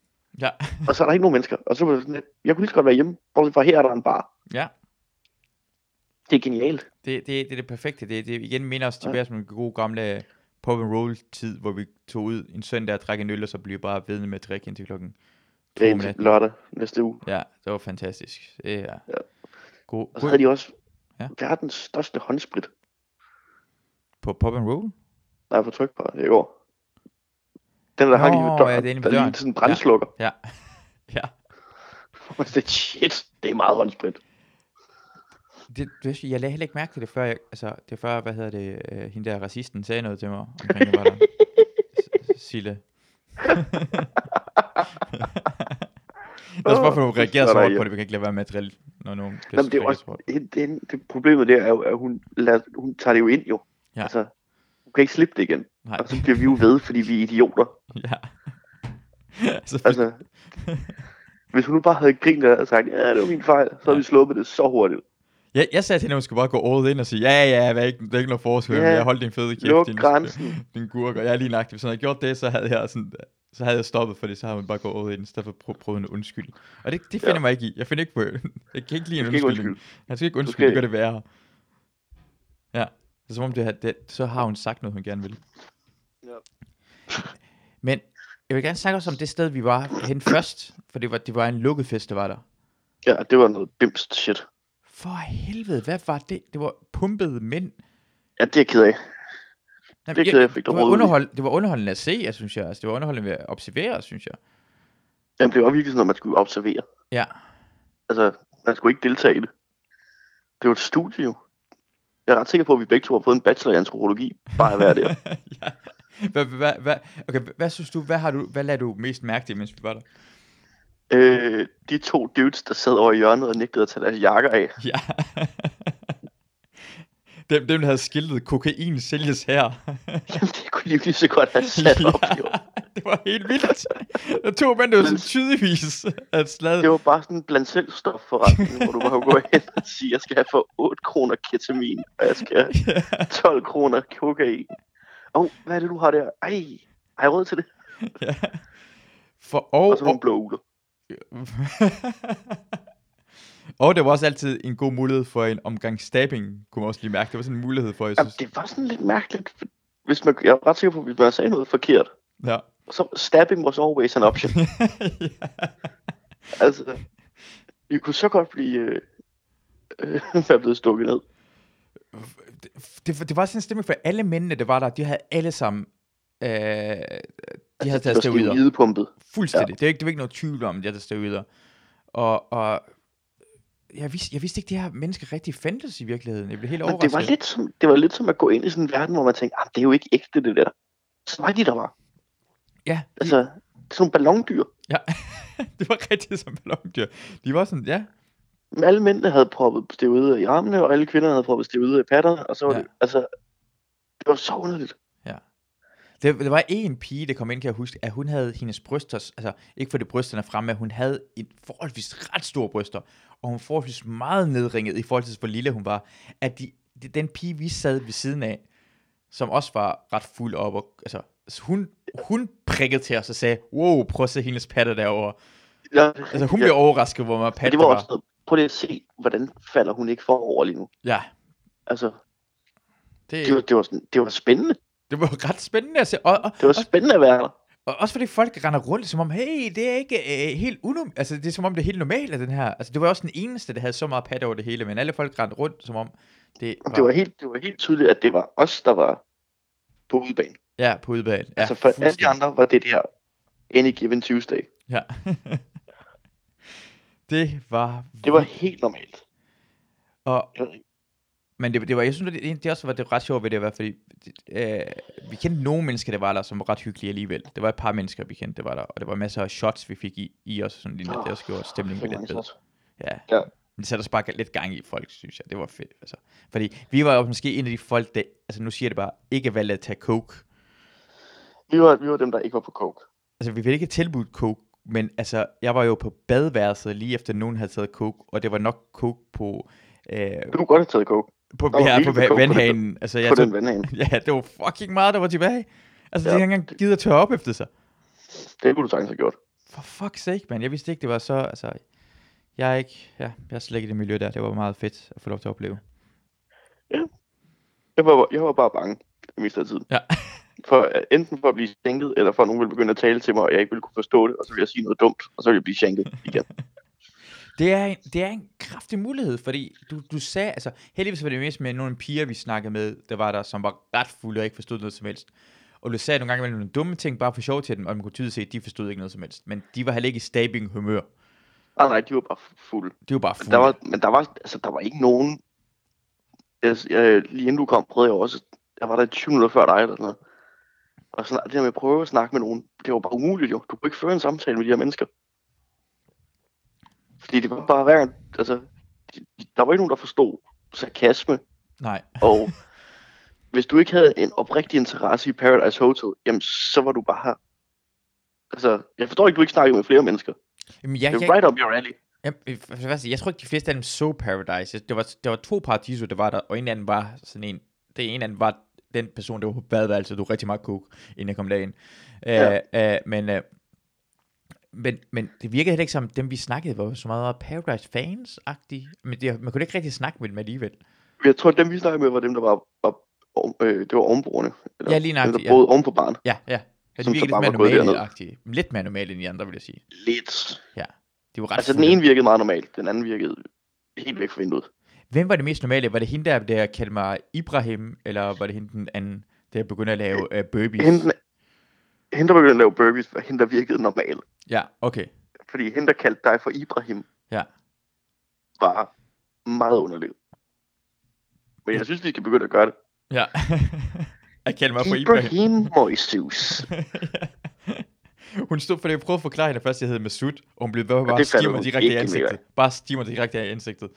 Speaker 1: Ja.
Speaker 2: og så er der ikke nogen mennesker, og så er det sådan lidt, jeg kunne lige så godt være hjemme, bortset fra her er der en bar.
Speaker 1: Ja.
Speaker 2: Det er genialt.
Speaker 1: Det, det, det er det perfekte. Det, det igen minder os
Speaker 2: Ja.
Speaker 1: tilbage som en god gamle pop and roll tid, hvor vi tog ud en søndag og drak en øl, og så blev vi bare ved med at drikke indtil klokken to
Speaker 2: Det
Speaker 1: om
Speaker 2: er
Speaker 1: natten.
Speaker 2: lørdag næste uge.
Speaker 1: Ja, det var fantastisk. Det er
Speaker 2: Ja.
Speaker 1: god,
Speaker 2: Og så havde de også
Speaker 1: Ja.
Speaker 2: ja. verdens største håndsprit,
Speaker 1: på pop and roll.
Speaker 2: der er på tryk på i år. Den, der hang i
Speaker 1: Nå,
Speaker 2: ved døren,
Speaker 1: ja,
Speaker 2: ja,
Speaker 1: det er inde ved
Speaker 2: det er der
Speaker 1: døren.
Speaker 2: lige sådan en brændslukker.
Speaker 1: Ja. ja.
Speaker 2: [LAUGHS] Ja. shit, det er meget håndsprit.
Speaker 1: Det, det, jeg lagde heller ikke mærke til det før, jeg, altså, det var før, hvad hedder det, øh, hende der racisten sagde noget til mig omkring, det var der. S-
Speaker 2: [LAUGHS]
Speaker 1: Sille. det er også hvorfor hun reagerer så
Speaker 2: Sådan er
Speaker 1: hårdt
Speaker 2: I.
Speaker 1: på det, vi kan ikke lade være med at drille, når nogen bliver
Speaker 2: Jamen, det er
Speaker 1: reagerer så hårdt.
Speaker 2: Det, det, det problemet der er jo, at hun, lader, hun tager det jo ind jo.
Speaker 1: Ja.
Speaker 2: Altså, hun kan ikke slippe det igen.
Speaker 1: Nej.
Speaker 2: Og så bliver vi jo ved, fordi vi er idioter.
Speaker 1: [LAUGHS] Ja. altså, altså, [LAUGHS]
Speaker 2: Altså, hvis hun nu bare havde grinet af det og sagt, ja, det var min fejl, så havde vi sluppet det så hurtigt.
Speaker 1: jeg, jeg sagde til hende, at hun skulle bare gå all in og sige, ja, ja, der er ikke, der er ikke noget forskel,
Speaker 2: Ja,
Speaker 1: yeah. jeg holdt din fede
Speaker 2: Luk
Speaker 1: kæft, din,
Speaker 2: grænsen.
Speaker 1: din gurk, og jeg er lige nøjagtig. Hvis hun havde gjort det, så havde jeg, sådan, så havde jeg stoppet, fordi så havde hun bare gået all in, i stedet for at prøve, prøve en undskyld. Og det, det finder ja.
Speaker 2: Ja.
Speaker 1: mig ikke i. Jeg finder ikke på, [LAUGHS] jeg kan ikke lide
Speaker 2: Du
Speaker 1: en
Speaker 2: skal ikke
Speaker 1: undskyldning.
Speaker 2: undskylde.
Speaker 1: Han skal ikke
Speaker 2: skal
Speaker 1: undskylde, det gør det værre. Ja, det er som om det, her, det, så har hun sagt noget, hun gerne vil.
Speaker 2: Ja.
Speaker 1: Men jeg vil gerne snakke også om det sted, vi var hen først, for det var, det var en lukket fest, der var der.
Speaker 2: Ja, det var noget bimst shit.
Speaker 1: For helvede, hvad var det? Det var pumpede mænd.
Speaker 2: Ja, det er jeg ked af.
Speaker 1: Nej,
Speaker 2: Det er ked af, jeg fik
Speaker 1: det,
Speaker 2: dig
Speaker 1: var
Speaker 2: rodet i.
Speaker 1: underhold, det var underholdende at se, jeg synes jeg. Altså, det var underholdende at observere, synes jeg.
Speaker 2: Jamen, det var virkelig sådan, at man skulle observere.
Speaker 1: Ja,
Speaker 2: Altså, man skulle ikke deltage i det. Det var et studie jo. Jeg er ret sikker på, at vi begge to har fået en bachelor i antropologi, bare at være der.
Speaker 1: [LAUGHS] ja. Hvad, hvad, hvad, okay, hvad- hvad synes du, hvad, har du, hvad lader du mest mærke til, mens vi
Speaker 2: [LAUGHS]
Speaker 1: var der?
Speaker 2: øh, de to dudes, der sad over i hjørnet og nægtede at tage deres jakker af. [LAUGHS]
Speaker 1: Ja. Dem, dem, der havde skiltet, kokain sælges her.
Speaker 2: Jamen, det kunne de jo lige så godt have sat
Speaker 1: [LAUGHS]
Speaker 2: op, jo.
Speaker 1: det var helt vildt. Der to mænd, der var sådan
Speaker 2: Men-
Speaker 1: tydeligvis at slaget.
Speaker 2: Det var bare sådan en blandt selv stof forretning, hvor du bare kunne gå hen og sige, jeg skal have for 8 kroner ketamin, og jeg skal have
Speaker 1: Ja.
Speaker 2: 12 kroner kokain. Åh, oh, hvad er det, du har der? Ej, har jeg råd til det?
Speaker 1: ja. For, og, [LAUGHS]
Speaker 2: Og så nogle blå uler.
Speaker 1: og det var også altid en god mulighed for en omgang stabbing, kunne man også lige mærke. Det var sådan en mulighed for, jeg
Speaker 2: Jamen,
Speaker 1: synes.
Speaker 2: det var sådan lidt mærkeligt. Hvis man, jeg er ret sikker på, at hvis man sagde noget forkert,
Speaker 1: Ja.
Speaker 2: så stabbing was always an option. altså, vi kunne så godt blive øh, øh, [LAUGHS] være blevet stukket ned.
Speaker 1: det, det, var sådan en stemning for alle mændene, der var der. De havde alle sammen... Øh, de havde taget
Speaker 2: Altså, det var
Speaker 1: steroider.
Speaker 2: skidepumpet.
Speaker 1: Fuldstændig. Ja. Det, er ikke, det er ikke noget tvivl om, at jeg der steroider. Og, og jeg, vidste, jeg vidste ikke, det her menneske rigtig fandtes i virkeligheden. Jeg blev helt
Speaker 2: Men
Speaker 1: overrasket.
Speaker 2: det var, lidt som, det var lidt som at gå ind i sådan en verden, hvor man tænkte, ah, det er jo ikke ægte det der. Så var de der var.
Speaker 1: Ja,
Speaker 2: Altså, det er sådan nogle ballondyr.
Speaker 1: ja. [LAUGHS] det var rigtigt som ballondyr. De var sådan, ja,
Speaker 2: Men Alle mændene havde proppet steroider i armene, og alle kvinderne havde proppet steroider i patterne, og så var
Speaker 1: Ja.
Speaker 2: ja. det, altså, det var så underligt.
Speaker 1: Det, der var en pige, der kom ind, kan jeg huske, at hun havde hendes bryster, altså ikke fordi brysterne er fremme, hun havde en forholdsvis ret store bryster, og hun forholdsvis meget nedringet i forhold til, hvor lille hun var, at de, de- den pige, vi sad ved siden af, som også var ret fuld op, og, altså, hun, hun prikkede til os og sagde, wow, prøv at se hendes patter derovre.
Speaker 2: Ja,
Speaker 1: Altså hun blev overrasket, hvor meget
Speaker 2: ja,
Speaker 1: patter
Speaker 2: det
Speaker 1: der
Speaker 2: var
Speaker 1: var.
Speaker 2: også noget. Prøv lige at se, hvordan falder hun ikke forover lige nu.
Speaker 1: Ja,
Speaker 2: Altså, det var,
Speaker 1: det,
Speaker 2: det var, sådan, det var spændende.
Speaker 1: det var ret spændende at se, og, og,
Speaker 2: Det var spændende at være der.
Speaker 1: Og også fordi folk render rundt, som om, hey, det er ikke øh, helt unorm... Altså, det er som om, det er helt normalt af den her... Altså, det var også den eneste, der havde så meget pat over det hele, men alle folk rendte rundt, som om det var...
Speaker 2: Det var, helt, det var helt tydeligt, at det var os, der var på udebane.
Speaker 1: Ja, på udbanen. Ja,
Speaker 2: altså for alle de
Speaker 1: fuldstændig.
Speaker 2: andre var det der Any Given Tuesday.
Speaker 1: Ja. [LAUGHS] det var...
Speaker 2: Det var
Speaker 1: Mm-hmm.
Speaker 2: helt normalt.
Speaker 1: Og,
Speaker 2: Jeg ved ikke.
Speaker 1: men det, det var, jeg synes, det, det også var det ret sjovt ved det, var, fordi det, øh, vi kendte nogle mennesker, der var der, som var ret hyggelige alligevel. Det var et par mennesker, vi kendte, der var der, og der var masser af shots, vi fik i, i os, og sådan lignende. Det også gjorde stemningen lidt bedre. Ja. ja.
Speaker 2: Ja.
Speaker 1: Men det satte også bare lidt gang i folk, synes jeg. Det var fedt. Altså. Fordi vi var jo måske en af de folk, der, altså nu siger jeg det bare, ikke valgte at tage coke.
Speaker 2: Vi var, vi var dem, der ikke var på coke.
Speaker 1: Altså vi ville ikke tilbudt coke, Men altså, jeg var jo på badeværelset lige efter nogen havde taget coke, og det var nok coke på, øh,
Speaker 2: Du kunne godt have taget coke
Speaker 1: på,
Speaker 2: var
Speaker 1: ja,
Speaker 2: rigeligt
Speaker 1: på
Speaker 2: med coke på det
Speaker 1: vandhanen. Altså, jeg
Speaker 2: på
Speaker 1: tog,
Speaker 2: den vandhane.
Speaker 1: [LAUGHS] ja, det var fucking meget, der var tilbage. Altså, ja.
Speaker 2: Ja.
Speaker 1: de har ikke engang givet at tørre op efter sig.
Speaker 2: Det kunne du sagtens have gjort.
Speaker 1: For fuck's sake, man. Jeg vidste ikke, det var så... Altså, jeg er ikke... Ja, jeg er slet ikke i det miljø der. Det var meget fedt at få lov til at opleve.
Speaker 2: Jeg var, jeg var bare bange det meste af tiden.
Speaker 1: Ja.
Speaker 2: For, at- enten for at blive skænket, eller for at nogen ville begynde at tale til mig, og jeg ikke ville kunne forstå det, og så ville jeg sige noget dumt, og så ville jeg blive skænket
Speaker 1: [LAUGHS]
Speaker 2: igen.
Speaker 1: Det er, en, det er en kraftig mulighed, fordi du, du sagde... Altså, heldigvis var det mest med nogle piger, vi snakkede med, der var der, som var ret fulde og ikke forstod noget som helst. Og du sagde nogle gange imellem nogle dumme ting, bare for sjov til dem, og man kunne tydeligt se, at de forstod ikke noget som helst. Men de var heller ikke i stabing humør.
Speaker 2: Nej, nej, de var bare fulde.
Speaker 1: Det var bare
Speaker 2: Men
Speaker 1: fulde.
Speaker 2: Der var, men der var, altså, der var ikke nogen... Jeg, jeg, lige inden du kom, prøvede jeg også... Jeg var der i 20 minutter før dig, eller sådan noget. Og sådan, det der med at prøve at snakke med nogen, det var bare umuligt jo. Du kunne ikke føre en samtale med de her mennesker. Fordi det var bare hver gang, altså, de- de- der var ikke nogen, der forstod sarkasme,
Speaker 1: Nej.
Speaker 2: og hvis du ikke havde en oprigtig interesse i Paradise Hotel, jamen så var du bare her. Altså, jeg forstår ikke, du ikke snakker med flere mennesker.
Speaker 1: Jamen, jeg,
Speaker 2: Det
Speaker 1: jeg,
Speaker 2: er right up your alley.
Speaker 1: Jeg, jeg, jeg, jeg tror ikke, de fleste af dem så Paradise. Jeg- Det var, der var to paradiso, der var der, og en af dem var sådan en... Det ene af dem var den person, der var på badeværelset, du rigtig meget coke, inden jeg kom derind. Ja.
Speaker 2: Ja.
Speaker 1: Øh, øh, men, øh, men, men det virkede heller ikke som, dem vi snakkede, var så meget paradise fans agtige Men det, man kunne ikke rigtig snakke med dem alligevel.
Speaker 2: Jeg tror, dem vi snakkede med, var dem, der var, var oven- øh, det var ovenboerne. Eller,
Speaker 1: Ja, lige
Speaker 2: dem,
Speaker 1: nøjagtigt,
Speaker 2: der
Speaker 1: ja.
Speaker 2: boede oven på barn.
Speaker 1: Ja, ja. ja de
Speaker 2: Som så
Speaker 1: virkede lidt
Speaker 2: bare
Speaker 1: mere
Speaker 2: var gået derned.
Speaker 1: normale-agtige. Lidt mere normale end de andre, vil jeg sige.
Speaker 2: Lidt.
Speaker 1: De var ret
Speaker 2: Altså, den
Speaker 1: fulde.
Speaker 2: ene virkede meget normalt, den anden virkede helt væk fra vinduet.
Speaker 1: Hvem var det mest normale? Var det hende, der, der kaldte mig Ibrahim, eller var det hende den anden, der begyndte at lave øh, burpees?
Speaker 2: Hende, hende, der begyndte at lave burpees, var hende, der virkede normal.
Speaker 1: Ja, okay.
Speaker 2: Fordi hende, der kaldte dig for Ibrahim,
Speaker 1: Ja.
Speaker 2: var meget underlig. Men jeg synes, vi skal begynde at gøre det.
Speaker 1: [LAUGHS] Ja. jeg kaldte mig for Ibrahim.
Speaker 2: Ibrahim Moisus.
Speaker 1: hun stod for det, jeg prøvede at forklare hende først, jeg hed Masud, og hun blev ved med bare
Speaker 2: det
Speaker 1: at stige
Speaker 2: faldt
Speaker 1: mig
Speaker 2: hun
Speaker 1: direkte i
Speaker 2: ikke
Speaker 1: ansigtet.
Speaker 2: mere
Speaker 1: Bare stige mig direkte i ansigtet.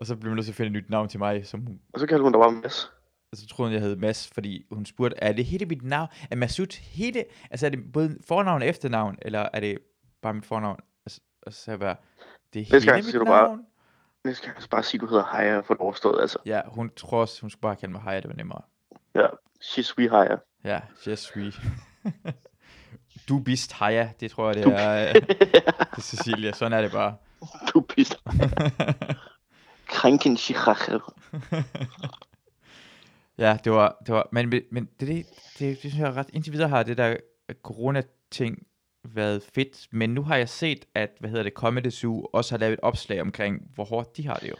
Speaker 1: Og så blev man nødt til at finde et nyt navn til mig, som hun,
Speaker 2: Og så kaldte hun dig bare Mads.
Speaker 1: og så troede hun, jeg hed Mads, fordi hun spurgte, er det hele mit navn? Er Masud hele, altså er det både fornavn og efternavn, eller er det bare mit fornavn? Og så- Og så sagde jeg bare, det er
Speaker 2: Næste
Speaker 1: hele
Speaker 2: gang, så
Speaker 1: mit
Speaker 2: siger
Speaker 1: navn?
Speaker 2: du bare- Næste gang, så bare sige, du hedder Haya for det overstået, altså.
Speaker 1: Ja, hun tror også, hun skulle bare kalde mig Hej, det var nemmere.
Speaker 2: She's we Haya.
Speaker 1: Ja, yes
Speaker 2: [LAUGHS]
Speaker 1: we. du bist Haya, det tror jeg, det
Speaker 2: Du-
Speaker 1: er, øh, [LAUGHS] det er Cecilia. Sådan er det bare.
Speaker 2: du
Speaker 1: [LAUGHS]
Speaker 2: pisser. Krænken
Speaker 1: Øh,
Speaker 2: Shiracher.
Speaker 1: ja, det var, det var men, men det, det, det, det synes jeg er ret, indtil videre har det der corona-ting været fedt, men nu har jeg set, at, hvad hedder det, Comedy Zoo også har lavet et opslag omkring, hvor hårdt de har det jo.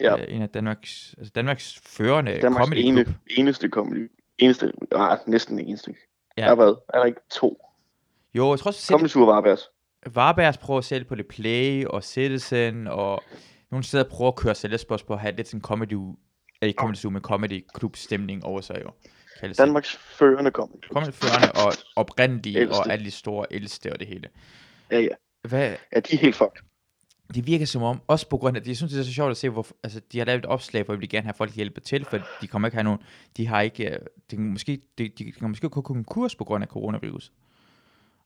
Speaker 2: Ja.
Speaker 1: Øh, en af Danmarks, altså Danmarks førende
Speaker 2: Danmarks
Speaker 1: comedy
Speaker 2: ene,
Speaker 1: klub.
Speaker 2: eneste comedy. Eneste, ah, næsten den eneste.
Speaker 1: Ja.
Speaker 2: Ja. Der er, været, er der ikke to.
Speaker 1: Jo, jeg tror også,
Speaker 2: Comedy
Speaker 1: at
Speaker 2: Sur Varbergs.
Speaker 1: Varbergs prøver at sælge på det Play og Citizen, og nogle steder prøver at køre Celesbos på at have lidt sådan comedy, eller ikke comedy zoo, men comedy klub stemning over sig jo. Kaldes det.
Speaker 2: Danmarks førende comedy.
Speaker 1: Kommet førende og oprindelige ældste.
Speaker 2: Ældste.
Speaker 1: og alle de store ældste og det hele.
Speaker 2: Ja, ja.
Speaker 1: Hvad,
Speaker 2: Ja, de er helt fucked.
Speaker 1: det virker som om, også på grund af, jeg synes det er så sjovt at se, hvor, altså, de har lavet et opslag, hvor de vil gerne have folk hjælpe til, for de kommer ikke have nogen, de har ikke, øh, de kan måske, de, de kan måske gå konkurs på grund af coronavirus.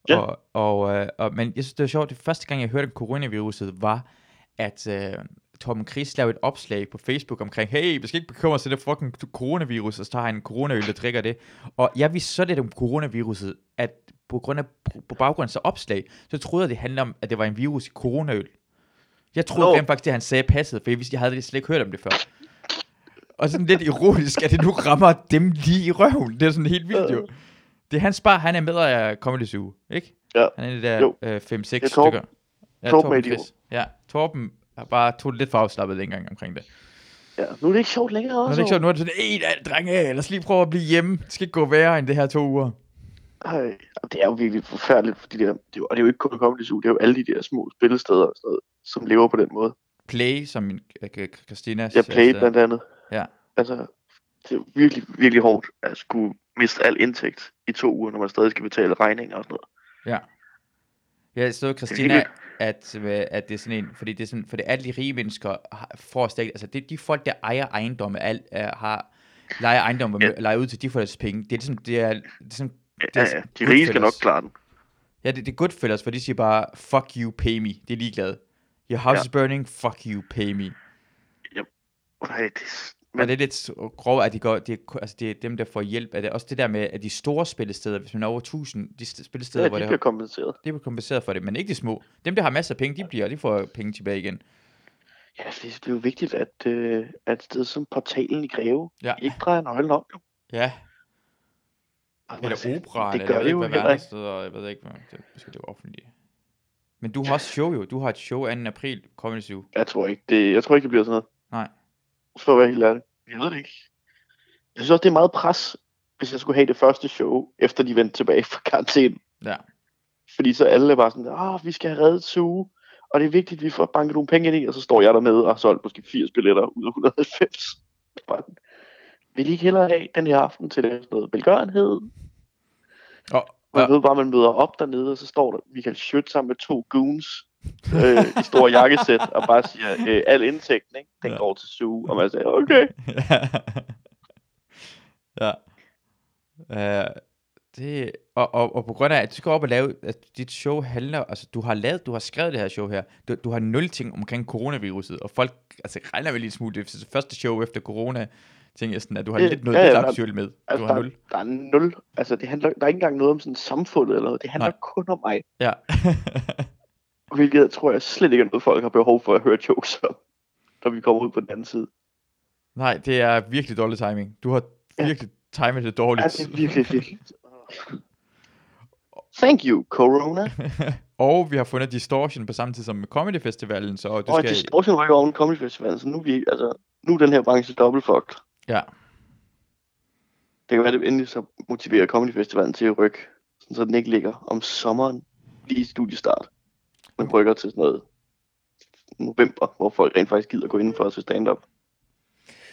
Speaker 2: Ja.
Speaker 1: Og, og, øh, og, men jeg synes, det var sjovt, det første gang, jeg hørte om coronaviruset, var, at øh, Torben Chris lavede et opslag på Facebook omkring, hey, vi skal ikke bekymre os, det der fucking coronavirus, og så tager han en coronaøl og drikker det. Og jeg vidste så lidt om coronaviruset, at på, grund af, på baggrund af så opslag, så troede jeg, det handlede om, at det var en virus i coronaøl. Jeg troede
Speaker 2: Nå.
Speaker 1: rent faktisk, det han sagde passede, for jeg, vidste, jeg havde slet ikke hørt om det før. Og sådan lidt ironisk, at det nu rammer dem lige i røven. Det er sådan helt vildt
Speaker 2: Øh.
Speaker 1: jo. Det er hans bar, han er med af Comedy Zoo, ikke?
Speaker 2: Ja.
Speaker 1: Han er en af de der
Speaker 2: Jo.
Speaker 1: 5-6 øh, fem, seks
Speaker 2: Det er Torben.
Speaker 1: stykker. Ja,
Speaker 2: Torben er idiot.
Speaker 1: Chris. Ja, Torben har bare tog det lidt for afslappet dengang omkring det.
Speaker 2: Ja. Nu er det ikke sjovt længere
Speaker 1: Nu er
Speaker 2: også.
Speaker 1: det ikke sjovt, nu er det sådan, en af drenge, lad os lige prøve at blive hjemme. Det skal ikke gå værre end det her to uger.
Speaker 2: Ej, og det er jo virkelig forfærdeligt, fordi det er, det er, jo- og det er jo ikke kun Comedy Zoo, det er jo alle de der små spillesteder og sådan noget, som lever på den måde.
Speaker 1: Play, som min øh, K- Christina
Speaker 2: Jeg
Speaker 1: siger,
Speaker 2: playede
Speaker 1: så-
Speaker 2: blandt andet.
Speaker 1: Ja.
Speaker 2: Altså, det er virkelig, virkelig hårdt at skulle miste al indtægt i to uger, når man stadig skal betale regninger og sådan noget.
Speaker 1: Ja, så Christina, at, øh, at det er sådan en, fordi det er sådan, for det er alle de rige mennesker har- får slet, altså det er de folk, der ejer ejendomme, alt, øh, har, lejer ejendomme, ja. lejer ud til, de får deres penge. Det er ligesom, det er, det er sådan,
Speaker 2: Ja,
Speaker 1: Det er
Speaker 2: ja, de rige skal nok
Speaker 1: Goodfellas.
Speaker 2: klare den.
Speaker 1: Ja, det, det er Goodfellas, for de siger bare, fuck you, pay me. Det er ligeglade. Your house
Speaker 2: Ja.
Speaker 1: is burning, fuck you, pay me.
Speaker 2: Nej, det er...
Speaker 1: Men det er lidt grov, at de går, det er, ku- altså det er dem, der får hjælp. Er det også det der med, at de store spillesteder, hvis man er over 1000, de st- spillesteder,
Speaker 2: Ja,
Speaker 1: hvor
Speaker 2: de
Speaker 1: det
Speaker 2: bliver kompenseret.
Speaker 1: det er kompenseret for det, men ikke de små. Dem, der har masser af penge, de bliver, de får penge tilbage igen.
Speaker 2: Ja, fordi det er jo vigtigt, at, øh, at det er sådan portalen i Greve.
Speaker 1: Ja,
Speaker 2: Ikke drejer nøglen om, jo.
Speaker 1: ja.
Speaker 2: Og man
Speaker 1: eller
Speaker 2: siger,
Speaker 1: opera,
Speaker 2: Det
Speaker 1: eller
Speaker 2: gør
Speaker 1: jeg
Speaker 2: det
Speaker 1: ved ikke,
Speaker 2: jo
Speaker 1: hvad
Speaker 2: heller ikke.
Speaker 1: verdens og jeg ved ikke, hvad det, måske det er offentligt. Men du har også show jo, du har et show 2. april, Comedy Zoo.
Speaker 2: Jeg tror ikke, det, jeg tror ikke, det bliver sådan noget.
Speaker 1: Nej.
Speaker 2: For at være helt ærlig. Jeg ved det ikke. Jeg synes også, det er meget pres, hvis jeg skulle have det første show, efter de vendte tilbage fra karantæne.
Speaker 1: Ja.
Speaker 2: Fordi så alle er bare sådan, ah, vi skal have reddet Sue, og det er vigtigt, at vi får banket nogle penge ind i, og så står jeg dernede og har solgt måske 80 billetter ud af 190. Bare, vil I ikke hellere have den her aften til det, noget velgørenhed?
Speaker 1: [LAUGHS] Og,
Speaker 2: Man
Speaker 1: og,
Speaker 2: ved bare, man møder op dernede, og så står der Michael Schødt sammen med to goons øh, i store jakkesæt, og bare siger, øh, al indtægten, ikke? den
Speaker 1: Ja.
Speaker 2: ja. går til Sue, og man siger, okay.
Speaker 1: ja. Øh, det, og, og, og, på grund af, at du skal op og lave, at dit show handler, altså du har lavet, du har skrevet det her show her, du, du har nul ting omkring coronaviruset, og folk, altså regner vel lige en smule, det er det første show efter corona, tænker jeg sådan, at du har
Speaker 2: Det-
Speaker 1: lidt noget
Speaker 2: ja,
Speaker 1: ja,
Speaker 2: ja,
Speaker 1: lidt
Speaker 2: der-
Speaker 1: aktuelt med. Du
Speaker 2: Altså,
Speaker 1: har
Speaker 2: der,
Speaker 1: nul.
Speaker 2: der, er nul. Altså, det handler, der er ikke engang noget om sådan samfundet eller noget. Det handler
Speaker 1: Nej.
Speaker 2: Nej. kun om mig.
Speaker 1: Ja. [LAUGHS]
Speaker 2: Hvilket jeg tror jeg slet ikke er noget, folk har behov for at høre jokes om, når vi kommer ud på den anden side.
Speaker 1: Nej, det er virkelig dårlig timing. Du har
Speaker 2: Ja.
Speaker 1: virkelig timet det
Speaker 2: Ja,
Speaker 1: dårligt.
Speaker 2: Altså, det er virkelig, virkelig. Thank you, corona.
Speaker 1: og vi har fundet Distortion på samme tid som med Comedy Festivalen, så du
Speaker 2: Og
Speaker 1: skal...
Speaker 2: Distortion rykker oven i Comedy Festivalen, så nu er, vi, altså, nu er den her branche dobbelt fucked.
Speaker 1: Ja.
Speaker 2: Det kan være, det endelig så motiverer Comedy Festivalen til at rykke, sådan så den ikke ligger om sommeren lige i studiestart. Men rykker til sådan noget november, hvor folk rent faktisk gider gå indenfor og se stand-up.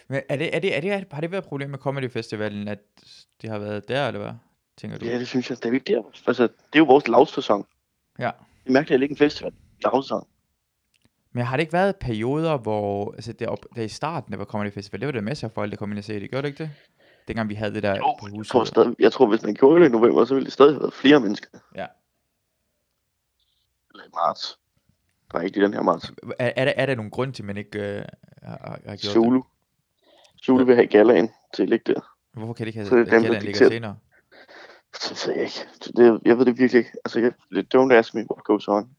Speaker 1: Men er det, er det, er det, har det været et problem med Comedy Festivalen, at det har været der, eller hvad? Tænker du?
Speaker 2: Ja, det synes jeg stadigvæk, det er, altså, det er jo vores lavsæson.
Speaker 1: Ja.
Speaker 2: Det er mærkeligt, at det ikke er en festival. Lavsæson.
Speaker 1: Men har det ikke været perioder, hvor... Altså, der, op, der i starten, der var Comedy Festival, det var der masser af folk, der kom ind og se det. Gjorde det ikke det? Dengang vi havde det der
Speaker 2: Jo,
Speaker 1: på
Speaker 2: jeg
Speaker 1: huset.
Speaker 2: tror, stadig, jeg tror, hvis man gjorde det i november, så ville det stadig have været flere mennesker.
Speaker 1: Ja.
Speaker 2: Eller i marts. Der er ikke lige den her marts.
Speaker 1: Er, er, der, er der nogen grund til, at man ikke øh, har, har, har gjort
Speaker 2: Zulu. Zulu vil have galaen til at ligge der.
Speaker 1: det? Hvorfor kan det ikke
Speaker 2: Så er
Speaker 1: have
Speaker 2: det dem, der
Speaker 1: det ligger
Speaker 2: dikterer.
Speaker 1: senere?
Speaker 2: Det ved jeg ikke. Det, det, jeg ved det virkelig ikke. Altså, jeg, don't ask me what goes on.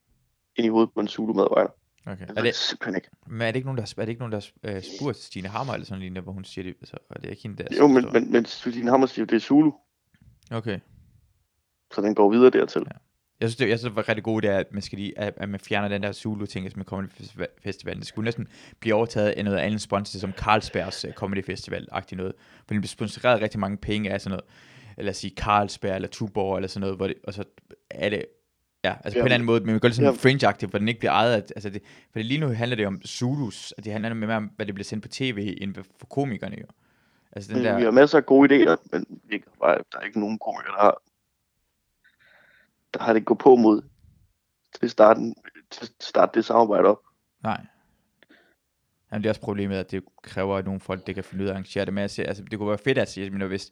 Speaker 2: Ind i hovedet på en Zulu-medarbejder.
Speaker 1: Okay. Er
Speaker 2: Jeg ved
Speaker 1: det,
Speaker 2: det simpelthen ikke.
Speaker 1: Men er det ikke nogen, der, er det ikke nogen, der har øh, spurgt Stine Hammer eller sådan noget lignende, hvor hun siger det? Altså, er det ikke hende, der
Speaker 2: Jo, men,
Speaker 1: står-
Speaker 2: men, men Sudine Hammer siger, det er Zulu.
Speaker 1: Okay.
Speaker 2: Så den går videre dertil.
Speaker 1: Jeg synes, det, jeg synes, det var rigtig godt, at man, skal lige, at, at man fjerner den der Zulu-ting, som er Comedy Festi- Festivalen. Det skulle næsten blive overtaget af noget andet sponsor, som Carlsbergs øh, Comedy Festival-agtigt noget. For den bliver sponsoreret rigtig mange penge af sådan noget. Eller lad os sige Carlsberg eller Tuborg eller sådan noget, hvor det, og så er det Ja, altså ja. på en
Speaker 2: Ja.
Speaker 1: anden måde, men man gør det sådan ja.
Speaker 2: Ja.
Speaker 1: fringe-agtigt, hvor den ikke bliver ejet af, altså det, for lige nu handler det om Zulus, og det handler mere om, hvad det bliver sendt på tv, end hvad- for komikerne jo. Altså den
Speaker 2: Men
Speaker 1: der,
Speaker 2: Vi har masser af gode idéer, men vi kan bare, der er ikke nogen komikere, der har, der har det gået på mod til at starte, til at starte det samarbejde op.
Speaker 1: Nej. Jamen, det er også problemet, at det kræver, at nogle folk, der kan finde ud af at arrangere det. Men jeg siger, altså, det kunne være fedt, at sige, men hvis...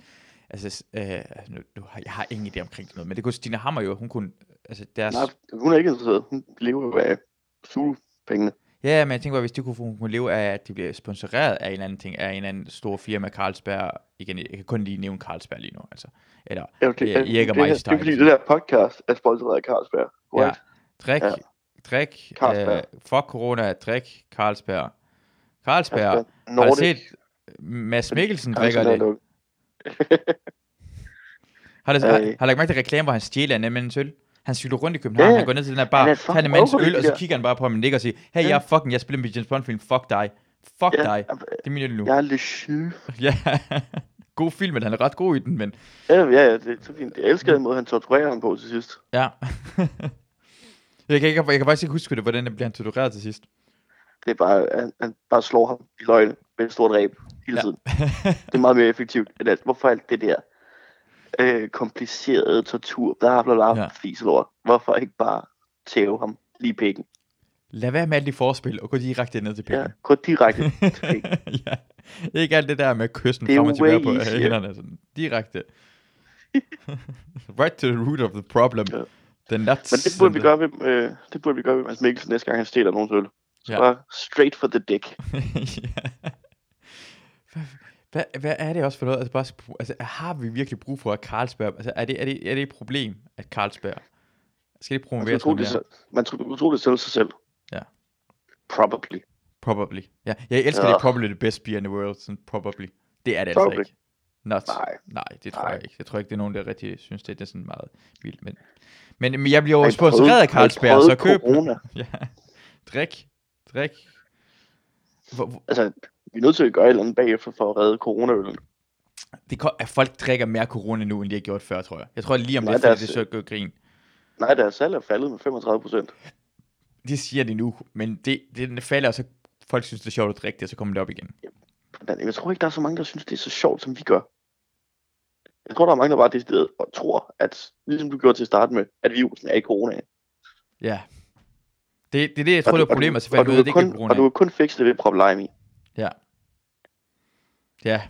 Speaker 1: Altså, s- øh, altså, nu, nu, har- jeg har ingen idé omkring det noget, men det kunne Stine Hammer jo, hun kunne... Altså, deres,
Speaker 2: Nej, hun er ikke interesseret. Hun lever jo af sugepengene.
Speaker 1: ja, men jeg tænker bare, hvis de kunne, hun kunne leve af, at de bliver sponsoreret af en eller anden ting, af en eller anden stor firma, Carlsberg, igen, jeg kan kun lige nævne Carlsberg lige nu, altså. Eller,
Speaker 2: Ja, det,
Speaker 1: Ja,
Speaker 2: det,
Speaker 1: Erik og
Speaker 2: det,
Speaker 1: mig
Speaker 2: det, det, er
Speaker 1: style.
Speaker 2: fordi, det der podcast er sponsoreret af Carlsberg. Right?
Speaker 1: drik, ja.
Speaker 2: Ja.
Speaker 1: drik,
Speaker 2: Carlsberg.
Speaker 1: øh, fuck corona, drik, Carlsberg. Carlsberg,
Speaker 2: Carlsberg.
Speaker 1: har du
Speaker 2: Altså, Nordic.
Speaker 1: set, Mads Mikkelsen drikker
Speaker 2: Carlsberg
Speaker 1: det.
Speaker 2: er lukket.
Speaker 1: Har, det,
Speaker 2: Øh.
Speaker 1: har, har lagt mærke til reklamen, hvor han stjæler en anden øl? Han cykler rundt i København,
Speaker 2: Ja,
Speaker 1: yeah.
Speaker 2: ja.
Speaker 1: han går ned til den her bar,
Speaker 2: Han er
Speaker 1: tager
Speaker 2: fucking
Speaker 1: en mands øl,
Speaker 2: overhovedet,
Speaker 1: og så
Speaker 2: ja.
Speaker 1: kigger han bare på ham og nikker og siger, hey, jeg er fucking, jeg spiller med James Bond-film, fuck dig. Fuck
Speaker 2: Ja.
Speaker 1: dig. Det er min øl nu.
Speaker 2: Jeg er lidt syg.
Speaker 1: [LAUGHS] Ja. god film, men han er ret god i den, men
Speaker 2: Ja, ja, ja, det er så fint. Jeg
Speaker 1: Mm.
Speaker 2: elsker den måde, han torturerer ham på til sidst.
Speaker 1: ja. [LAUGHS] jeg, kan ikke, jeg kan faktisk ikke huske det, hvordan det bliver han tortureret til sidst.
Speaker 2: Det er bare, han, han bare slår ham i løgene med et stort ræb hele
Speaker 1: Ja.
Speaker 2: ja. tiden. Det er meget mere effektivt. End alt. Hvorfor alt det der øh, komplicerede tortur, bla bla bla,
Speaker 1: Ja.
Speaker 2: ja. fiselort. Hvorfor ikke bare tæve ham lige i pikken?
Speaker 1: Lad være med alle de forspil, og gå direkte ned til
Speaker 2: Ja,
Speaker 1: pikken.
Speaker 2: gå direkte til
Speaker 1: [LAUGHS]
Speaker 2: pikken.
Speaker 1: ja. Ikke alt det der med kysten
Speaker 2: Det er
Speaker 1: frem og
Speaker 2: jo way
Speaker 1: tilbage på øh,
Speaker 2: easier.
Speaker 1: [LAUGHS] hænderne. Sådan, direkte. right to the root of the problem.
Speaker 2: Ja.
Speaker 1: The nuts.
Speaker 2: Men det burde, vi gøre ved, øh, det burde vi gøre ved Mads Mikkelsen næste gang, han stjæler nogen øl.
Speaker 1: Ja.
Speaker 2: Så ja. bare straight for the
Speaker 1: [LAUGHS]
Speaker 2: dick.
Speaker 1: ja. hvad, hvad, hvad er det også for noget? Altså, bare, sp- altså, har vi virkelig brug for, at Carlsberg... Altså, er det, er det, er det et problem, at Carlsberg... Skal det
Speaker 2: Man skulle
Speaker 1: promoveres
Speaker 2: tro,
Speaker 1: noget
Speaker 2: det,
Speaker 1: mere?
Speaker 2: selv- man skulle tro, det sælger sig selv.
Speaker 1: Ja.
Speaker 2: Probably.
Speaker 1: Probably. Ja, jeg elsker ja.
Speaker 2: Ja.
Speaker 1: det. Probably the best beer in the world. Sådan, probably. Det er det altså
Speaker 2: Probably.
Speaker 1: ikke. Nuts.
Speaker 2: Nej.
Speaker 1: Nej, det tror
Speaker 2: Nej.
Speaker 1: jeg ikke. Jeg tror ikke, det er nogen, der rigtig synes, det er sådan meget vildt. Men, men, men jeg bliver jo
Speaker 2: Har I prøvet-
Speaker 1: sponsoreret
Speaker 2: har
Speaker 1: af
Speaker 2: I
Speaker 1: Carlsberg,
Speaker 2: prøvet
Speaker 1: så køb.
Speaker 2: Corona?
Speaker 1: Ja. Drik. Drik. Hvor, hvor,
Speaker 2: Altså, vi er nødt til at gøre et eller andet bagefter for at redde coronaølen.
Speaker 1: det kom, at folk drikker mere corona nu, end de har gjort før, tror jeg. Jeg tror lige om
Speaker 2: Nej,
Speaker 1: lidt, fordi
Speaker 2: deres-
Speaker 1: det så gør grin.
Speaker 2: Nej, deres salg er faldet med 35 procent.
Speaker 1: Det siger de nu, men det, det den falder, og så folk synes, det er sjovt at drikke det, og så kommer det op igen.
Speaker 2: Jeg tror ikke, der er så mange, der synes, det er så sjovt, som vi gør. Jeg tror, der er mange, der bare decideret og tror, at ligesom du gjorde til at starte med, at virusen er i corona.
Speaker 1: Ja. Det, det er det, jeg tror, det var problemet, og så fandt jeg
Speaker 2: og du,
Speaker 1: ud af,
Speaker 2: kan
Speaker 1: det ikke
Speaker 2: kun,
Speaker 1: er corona.
Speaker 2: og du kan kun fikse det ved prop lime i.
Speaker 1: Ja,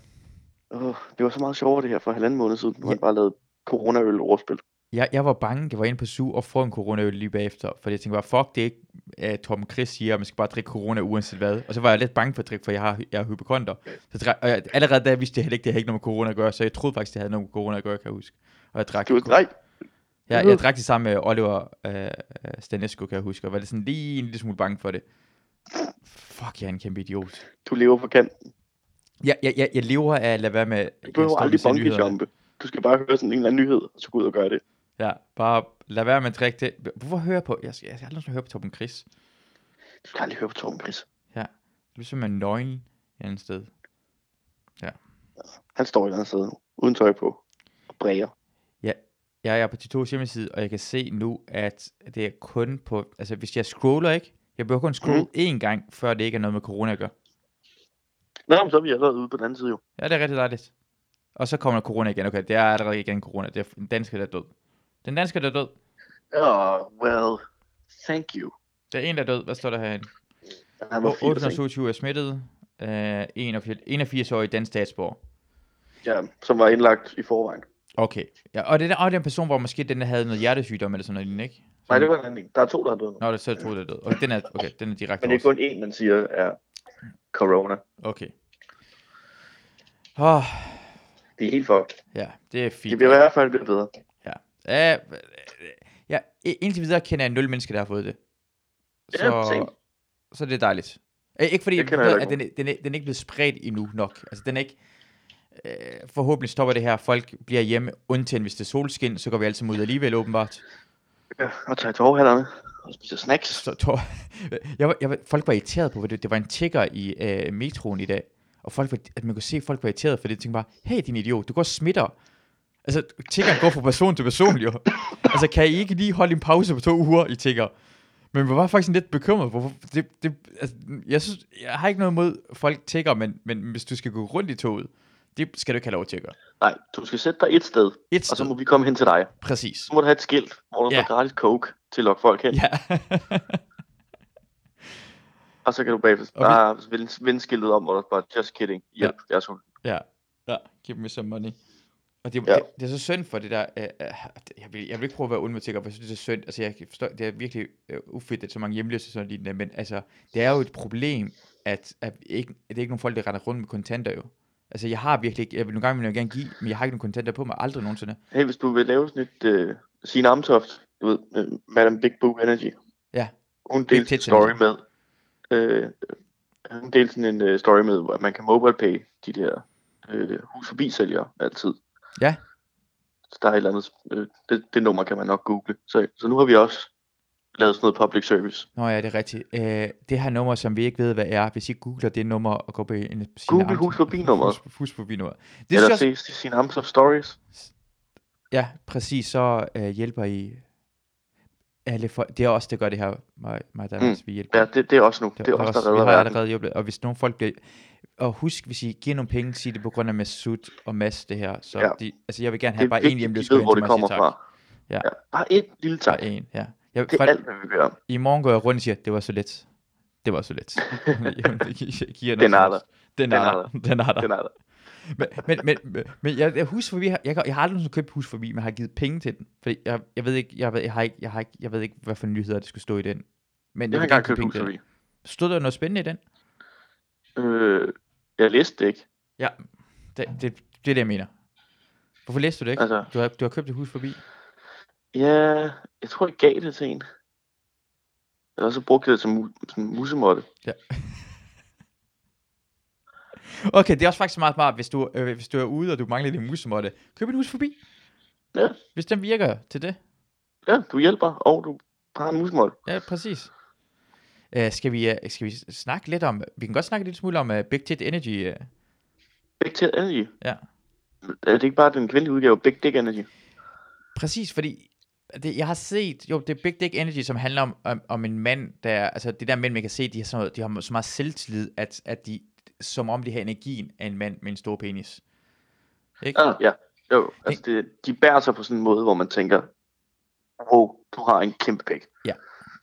Speaker 2: Oh, det var så meget sjovere det her for halvanden måned siden, nu har
Speaker 1: Ja.
Speaker 2: han bare lavet coronaøl overspil.
Speaker 1: jeg, jeg var bange, jeg var inde på SU og få en corona lige bagefter, fordi jeg tænkte bare, fuck, det er ikke, at Torben Chris siger, at man skal bare drikke corona uanset hvad. Og så var jeg lidt bange for at drikke, for jeg har jeg er hypokonter. Så drak, og jeg, allerede da vidste jeg heller ikke, det havde ikke noget med corona at gøre, så jeg troede faktisk, det havde noget med corona at gøre, kan jeg huske. Og jeg drak
Speaker 2: Det var, nej,
Speaker 1: Ja,
Speaker 2: Mhm.
Speaker 1: jeg drak det sammen med Oliver øh, Stanescu, kan jeg huske, og var lidt sådan lige en lille smule bange for det. Fuck, jeg er en kæmpe idiot.
Speaker 2: du lever på kanten.
Speaker 1: Jeg, jeg, jeg, jeg lever af at lade være med...
Speaker 2: Du
Speaker 1: at
Speaker 2: behøver
Speaker 1: stoppe
Speaker 2: aldrig
Speaker 1: med at se
Speaker 2: bungee
Speaker 1: nyhederne.
Speaker 2: jumpe. Du skal bare høre sådan en eller anden nyhed, og så gå ud og gøre det.
Speaker 1: Ja, bare lad være med at drikke det. Hvorfor hører jeg på... Jeg skal, jeg skal aldrig høre på Torben Chris.
Speaker 2: Du skal aldrig høre på Torben Chris.
Speaker 1: Det er simpelthen nøgen et eller andet sted.
Speaker 2: Han står et eller andet sted nu, uden tøj på, og bræger.
Speaker 1: Jeg er på Titos hjemmeside, og jeg kan se nu, at det er kun på... Altså, hvis jeg scroller, ikke? Jeg behøver kun scrolle
Speaker 2: Mhm.
Speaker 1: én gang, før det ikke er noget med corona at gøre.
Speaker 2: Nå, men så er vi allerede ude på den anden side jo.
Speaker 1: Ja, det er rigtig dejligt. Og så kommer der corona igen. Okay, det er allerede igen corona. Det er en dansker, der er død. Den dansker, der er død.
Speaker 2: Oh, well, thank you.
Speaker 1: Der er en, der er død. Hvad står der herinde?
Speaker 2: Han var 80,
Speaker 1: 827 er smittet. Øh, 81 årig dansk statsborger.
Speaker 2: ja, som var indlagt i forvejen.
Speaker 1: Okay. Ja, og det er og den person, hvor måske den der havde noget hjertesygdom eller sådan noget, lignende, ikke? Så,
Speaker 2: Nej, det var en anden en. Der er to, der er døde nu.
Speaker 1: Mm. Nå, det er så jeg troede, der er død. Okay, den er, okay, den er direkte
Speaker 2: Men det er
Speaker 1: oversat.
Speaker 2: kun én, man siger er corona.
Speaker 1: Okay. Åh,
Speaker 2: Det er helt fucked.
Speaker 1: ja, det er fint.
Speaker 2: Det bliver i hvert fald lidt bedre.
Speaker 1: Ja, ja, indtil videre kender jeg nul mennesker, der har fået det.
Speaker 2: Ja, same.
Speaker 1: Så, så det er dejligt. Øh, Ikke fordi,
Speaker 2: Det
Speaker 1: jeg
Speaker 2: kender
Speaker 1: ved,
Speaker 2: jeg
Speaker 1: at
Speaker 2: heller
Speaker 1: den, er- den, er, den er ikke blevet spredt endnu nok. Altså, den er ikke... Øh, forhåbentlig stopper det her, folk bliver hjemme, undtagen hvis det er solskin, så går vi alle sammen ud alligevel, åbenbart.
Speaker 2: Ja, og tager i tårhælderne og spiser snacks.
Speaker 1: Så, tår, jeg, var, jeg, var- folk var irriteret på, for det, det var en tigger i øh, metroen i dag, og folk var, at man kunne se, at folk var irriteret, for det tænkte bare, hey din idiot, du går og smitter. Altså, tiggeren går fra person til person, jo. Altså, kan I ikke lige holde en pause på to uger i tigger? Men jeg var faktisk sådan lidt bekymret. Hvorfor, det, det, altså, jeg, synes, jeg har ikke noget imod folk tigger, men, men hvis du skal gå rundt i toget, det skal du ikke have lov til at gøre.
Speaker 2: Nej, du skal sætte dig et sted,
Speaker 1: Et
Speaker 2: og så
Speaker 1: sted,
Speaker 2: må vi komme hen til dig.
Speaker 1: præcis.
Speaker 2: Så må du have et skilt, hvor der
Speaker 1: Ja.
Speaker 2: ja. står gratis coke til at lokke folk hen. Ja.
Speaker 1: Ja. [LAUGHS]
Speaker 2: Og så kan du bagefter
Speaker 1: Og vi-
Speaker 2: bare vende, vende skiltet om, hvor der bare, just kidding, hjælp, ja. jeg er sulten.
Speaker 1: Ja, ja. Give me some money. Og det, ja.
Speaker 2: Ja.
Speaker 1: det, det er så synd for det der, øh, øh, jeg, vil, jeg vil ikke prøve at være ond med tigger, for jeg synes, det er synd, altså jeg forstår, det er virkelig øh, ufedt, at så mange hjemløse og sådan lignende, men altså, det er jo et problem, at, at, ikke, at det er ikke nogen folk, der render rundt med kontanter jo. Altså jeg har virkelig ikke, jeg vil nogle gange vil jeg gerne give, men jeg har ikke nogen kontanter på mig, aldrig nogensinde.
Speaker 2: Hey, hvis du vil lave sådan et uh, Signe Amtoft, du ved, uh, Madame Big Book Energy.
Speaker 1: Ja.
Speaker 2: Hun
Speaker 1: Big
Speaker 2: delte en
Speaker 1: tits
Speaker 2: story med, uh, hun delte sådan en uh, story med, at man kan mobile pay de der uh, hus forbi sælgere altid.
Speaker 1: Ja.
Speaker 2: Så der er et eller andet, uh, det, det, nummer kan man nok google. Så, så nu har vi også lavet sådan noget public service.
Speaker 1: Nå ja, det er rigtigt. Øh, det her nummer, som vi ikke ved, hvad er, hvis I googler det nummer og går på en...
Speaker 2: Google hus forbi nummeret.
Speaker 1: Hus, hus forbi nummeret. Det
Speaker 2: Det
Speaker 1: synes
Speaker 2: Eller
Speaker 1: jeg
Speaker 2: se Signe Amtoft stories.
Speaker 1: Ja, præcis. Så øh, hjælper I alle folk. Det er også det gør det her, mig, mig der, mm.
Speaker 2: Mm.
Speaker 1: vi hjælper.
Speaker 2: Ja, det, det er også nu. Det, er også der redder
Speaker 1: Vi har
Speaker 2: verden.
Speaker 1: allerede hjulpet. Og hvis nogle folk bliver... Og husk, hvis I giver nogle penge, sig det på grund af Masud og Mads det her. Så ja.
Speaker 2: Ja.
Speaker 1: de, altså, jeg vil gerne
Speaker 2: Det
Speaker 1: have
Speaker 2: er
Speaker 1: bare en
Speaker 2: vigtigt,
Speaker 1: hjemløs.
Speaker 2: at vi ved, hvor det kommer fra.
Speaker 1: Ja.
Speaker 2: ja. Bare et lille tak.
Speaker 1: Bare en, ja. Jeg,
Speaker 2: Det er
Speaker 1: folk,
Speaker 2: alt, hvad vi gør.
Speaker 1: I morgen går jeg rundt og siger, det var så let.
Speaker 2: [LAUGHS]
Speaker 1: [LAUGHS] Det var så let. Jamen, det gi- giver noget
Speaker 2: Den
Speaker 1: som
Speaker 2: er
Speaker 1: helst. Den er der. Den er der.
Speaker 2: Den er der.
Speaker 1: men, men, men, men, men jeg, jeg, hus forbi, har- jeg, jeg, jeg har aldrig nogensinde købt hus forbi, men har givet penge til den. Fordi jeg, jeg ved ikke, jeg, ved, jeg, har ikke, jeg, har ikke, jeg ved ikke, hvad for nyheder, det skulle stå i den. Men
Speaker 2: Jeg
Speaker 1: jeg,
Speaker 2: har
Speaker 1: vil gerne
Speaker 2: engang
Speaker 1: købe
Speaker 2: købt
Speaker 1: penge
Speaker 2: hus
Speaker 1: til den.
Speaker 2: forbi.
Speaker 1: Stod der noget spændende i den?
Speaker 2: Øh, jeg læste det ikke.
Speaker 1: Det, det, det er det, jeg mener. Hvorfor læste du det ikke?
Speaker 2: Altså,
Speaker 1: Du har, du har købt et hus forbi.
Speaker 2: ja, jeg tror, jeg gav det til en. Eller så brugte jeg det som, mu- som musemåtte.
Speaker 1: Okay, det er også faktisk meget smart, hvis du, øh, hvis du er ude, og du mangler din musemåtte. Køb et hus forbi.
Speaker 2: Ja.
Speaker 1: Hvis den virker til det.
Speaker 2: Ja, du hjælper, og du har en musemåtte.
Speaker 1: Ja, præcis. Uh, skal, vi, uh, skal vi snakke lidt om... Vi kan godt snakke lidt smule om uh, Big Tit Energy. Uh.
Speaker 2: Big Tit Energy.
Speaker 1: Ja.
Speaker 2: Er det ikke bare den kvindelige udgave, Big Dick Energy?
Speaker 1: Præcis, fordi det, jeg har set... Jo, det er Big Dick Energy, som handler om, om, om en mand, der... Altså, det der mænd, man kan se, de har, sådan noget, de har så meget selvtillid, at, at de... Som om de har energien af en mand med en stor penis. Ikke?
Speaker 2: Ja, ja. Jo, altså det, de bærer sig på sådan en måde, hvor man tænker, wow, du har en kæmpe pæk.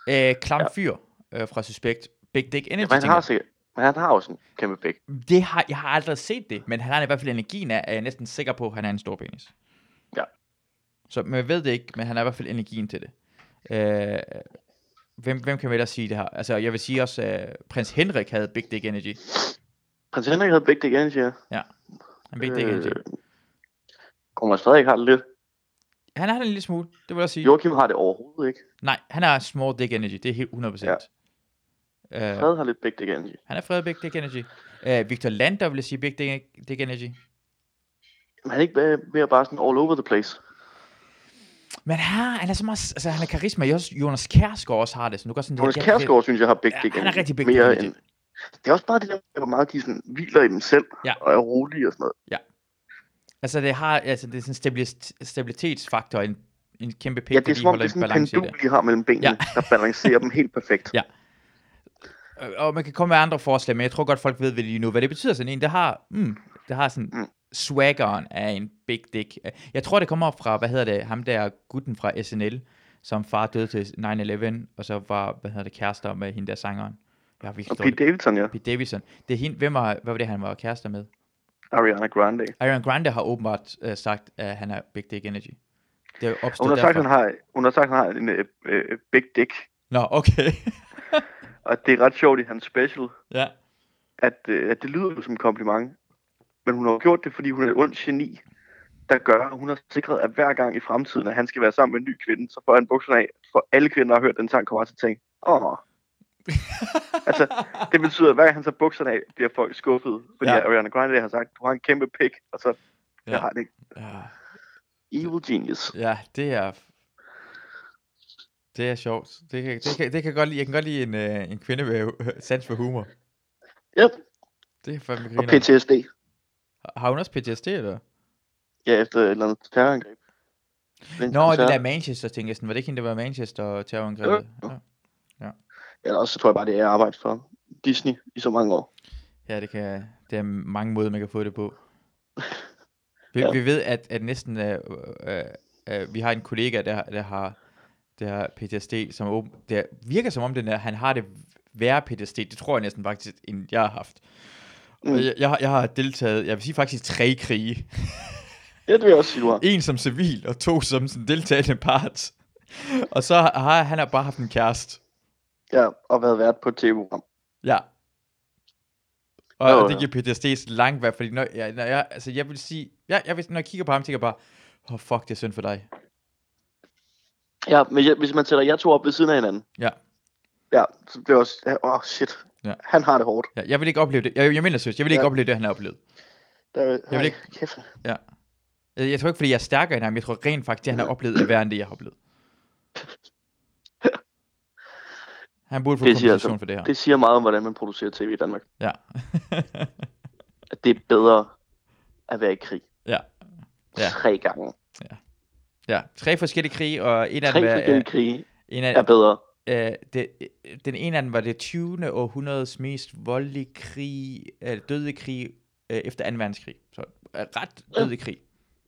Speaker 1: Øh, klam fyr øh, fra Suspekt. Big Dick Energy.
Speaker 2: Men han
Speaker 1: tænker
Speaker 2: har, sikkert, men han har også en kæmpe pæk.
Speaker 1: Det har, jeg har aldrig set det, men han har i hvert fald energien af, er jeg næsten sikker på, at han er en stor penis.
Speaker 2: Ja.
Speaker 1: Så man ved det ikke, men han har i hvert fald energien til det. Øh, hvem, hvem kan vel ellers sige det her? Altså, jeg vil sige også, øh, prins Henrik havde Big Dick Energy.
Speaker 2: Prins Henrik havde Big Dick Energy, ja.
Speaker 1: Han, Big
Speaker 2: Øh.
Speaker 1: Dick Energy.
Speaker 2: Kommer man stadig ikke har det lidt.
Speaker 1: han har det en lille smule, det vil jeg sige.
Speaker 2: Joachim har det overhovedet ikke.
Speaker 1: Nej, han har small dick energy, det er helt 100%. Ja. Øh,
Speaker 2: Fred har lidt Big Dick Energy.
Speaker 1: han er fred Big Dick Energy. Øh, Victor Lander vil jeg sige Big Dick, Dick Energy.
Speaker 2: Men han er ikke bare- mere bare sådan all over the place.
Speaker 1: Men her, han er så meget, altså han er karisma. Jeg synes, Jonas Kærsgaard også har det. Så nu går sådan,
Speaker 2: Jonas
Speaker 1: det- det-
Speaker 2: Kærsgaard, synes jeg, har Big
Speaker 1: Ja,
Speaker 2: Dick
Speaker 1: han er
Speaker 2: Energy.
Speaker 1: rigtig Big
Speaker 2: mere
Speaker 1: Dick Energy.
Speaker 2: Det er også bare det der, med, hvor meget de sådan hviler i dem selv,
Speaker 1: Ja.
Speaker 2: og er rolige og sådan noget.
Speaker 1: Altså, det har, altså, det er sådan en stabilis- stabilitetsfaktor, en, en kæmpe pik,
Speaker 2: ja, det er
Speaker 1: fordi
Speaker 2: som om,
Speaker 1: holder
Speaker 2: det
Speaker 1: en
Speaker 2: er sådan en
Speaker 1: balance i
Speaker 2: pendul, de har mellem benene,
Speaker 1: Ja.
Speaker 2: der balancerer dem helt perfekt.
Speaker 1: [LAUGHS] Ja. det. Og, og man kan komme med andre forslag, men jeg tror godt, folk ved ved lige nu, hvad det betyder sådan en, der har, mm, der har sådan mm.
Speaker 2: Mm.
Speaker 1: swaggeren af en big dick. Jeg tror, det kommer fra, hvad hedder det, ham der gutten fra SNL, som far døde til 9-11, og så var, hvad hedder det, kærester med hende der sangeren. Jeg har
Speaker 2: Og
Speaker 1: virkelig
Speaker 2: Pete
Speaker 1: dårlig.
Speaker 2: Davidson, ja.
Speaker 1: Pete Davidson. Det er hende, hvem var, hvad var det, han var kærester med?
Speaker 2: Ariana Grande.
Speaker 1: Ariana Grande har åbenbart øh, sagt, at han er big dick energy. Det er
Speaker 2: Og
Speaker 1: opstået
Speaker 2: hun har, sagt,
Speaker 1: derfor.
Speaker 2: han har, hun har sagt, han har en øh, øh, big dick.
Speaker 1: Nå, okay.
Speaker 2: Og det er ret sjovt i hans special,
Speaker 1: ja.
Speaker 2: at, øh, at det lyder jo som en kompliment. Men hun har jo gjort det, fordi hun er et ondt geni, der gør, at hun har sikret, at hver gang i fremtiden, at han skal være sammen med en ny kvinde, så får han bukserne af, for alle kvinder, der har hørt den sang, kommer til at tænke,
Speaker 1: [LAUGHS]
Speaker 2: åh. altså, det betyder, at hver gang han tager bukserne af, bliver folk skuffet, fordi
Speaker 1: Ja.
Speaker 2: ja. Ariana Grande har sagt, du har en kæmpe pik, og så, ja.
Speaker 1: Ja.
Speaker 2: jeg har det ikke.
Speaker 1: Ja,
Speaker 2: Evil genius.
Speaker 1: ja, det er... Det er sjovt. Det kan, det kan, det kan godt lide, jeg kan godt lide en, øh, en kvinde med øh, sans for humor.
Speaker 2: Yep.
Speaker 1: Det er fandme
Speaker 2: Og
Speaker 1: griner.
Speaker 2: PTSD.
Speaker 1: Har hun også PTSD, eller?
Speaker 2: Ja, efter et eller andet terrorangreb. Men
Speaker 1: Nå, det der Manchester, tænker jeg sådan. Var det ikke hende, der var Manchester terrorangrebet?
Speaker 2: Jo.
Speaker 1: Ja.
Speaker 2: Eller også så tror jeg bare, det er at arbejde for Disney i så mange år.
Speaker 1: ja, det kan... Det er mange måder, man kan få det
Speaker 2: [LAUGHS]
Speaker 1: på. Vi,
Speaker 2: Ja.
Speaker 1: vi ved, at, at næsten... Øh, øh, øh, vi har en kollega, der, der har der har PTSD, som er åben, der virker som om, den er, han har det værre PTSD. Det tror jeg næsten faktisk, end jeg har haft.
Speaker 2: Mm.
Speaker 1: Og Jeg, jeg, har- jeg har deltaget, jeg vil sige faktisk tre krige.
Speaker 2: Ja, det vil jeg også sige, du har.
Speaker 1: En som civil, og to som sådan deltagende part. Og så har han har bare haft en kæreste.
Speaker 2: Ja, og været vært på et tv-program.
Speaker 1: Ja. Og,
Speaker 2: Jo,
Speaker 1: og det
Speaker 2: jo.
Speaker 1: giver PTSD så langt værd, fordi når, jeg, når jeg, altså jeg vil sige, jeg, jeg, vil- når jeg kigger på ham, tænker jeg bare, åh oh, fuck, det er synd for dig.
Speaker 2: Ja, men jeg- hvis man sætter jer to op ved siden af hinanden.
Speaker 1: Ja.
Speaker 2: Ja, så bliver jeg også, ja, åh oh, shit,
Speaker 1: Ja.
Speaker 2: ja. han har det hårdt.
Speaker 1: Ja, jeg vil ikke opleve det. Jeg, jeg mener seriøst, jeg vil ikke
Speaker 2: Ja.
Speaker 1: opleve det, han har oplevet.
Speaker 2: Der,
Speaker 1: vil
Speaker 2: jeg
Speaker 1: ikke-
Speaker 2: Kæft.
Speaker 1: Jeg, jeg tror ikke, fordi jeg er stærkere end ham, jeg tror rent faktisk, det han har oplevet, er værre end det, jeg har
Speaker 2: [LAUGHS]
Speaker 1: oplevet. Han burde få
Speaker 2: Det siger jeg
Speaker 1: kompensation
Speaker 2: så.
Speaker 1: for det her.
Speaker 2: Det siger meget om, hvordan man producerer tv i Danmark.
Speaker 1: Ja.
Speaker 2: At det er bedre at være i krig.
Speaker 1: Ja. Ja.
Speaker 2: Tre gange.
Speaker 1: [LAUGHS] ja, tre forskellige krige, og en af
Speaker 2: Tre
Speaker 1: dem er, er,
Speaker 2: forskellige krige
Speaker 1: en
Speaker 2: er
Speaker 1: af,
Speaker 2: bedre.
Speaker 1: øh, det, øh, den ene af dem var det 20. århundredes mest voldelige krig, øh, døde krig øh, efter 2. verdenskrig. Så øh, ret døde krig.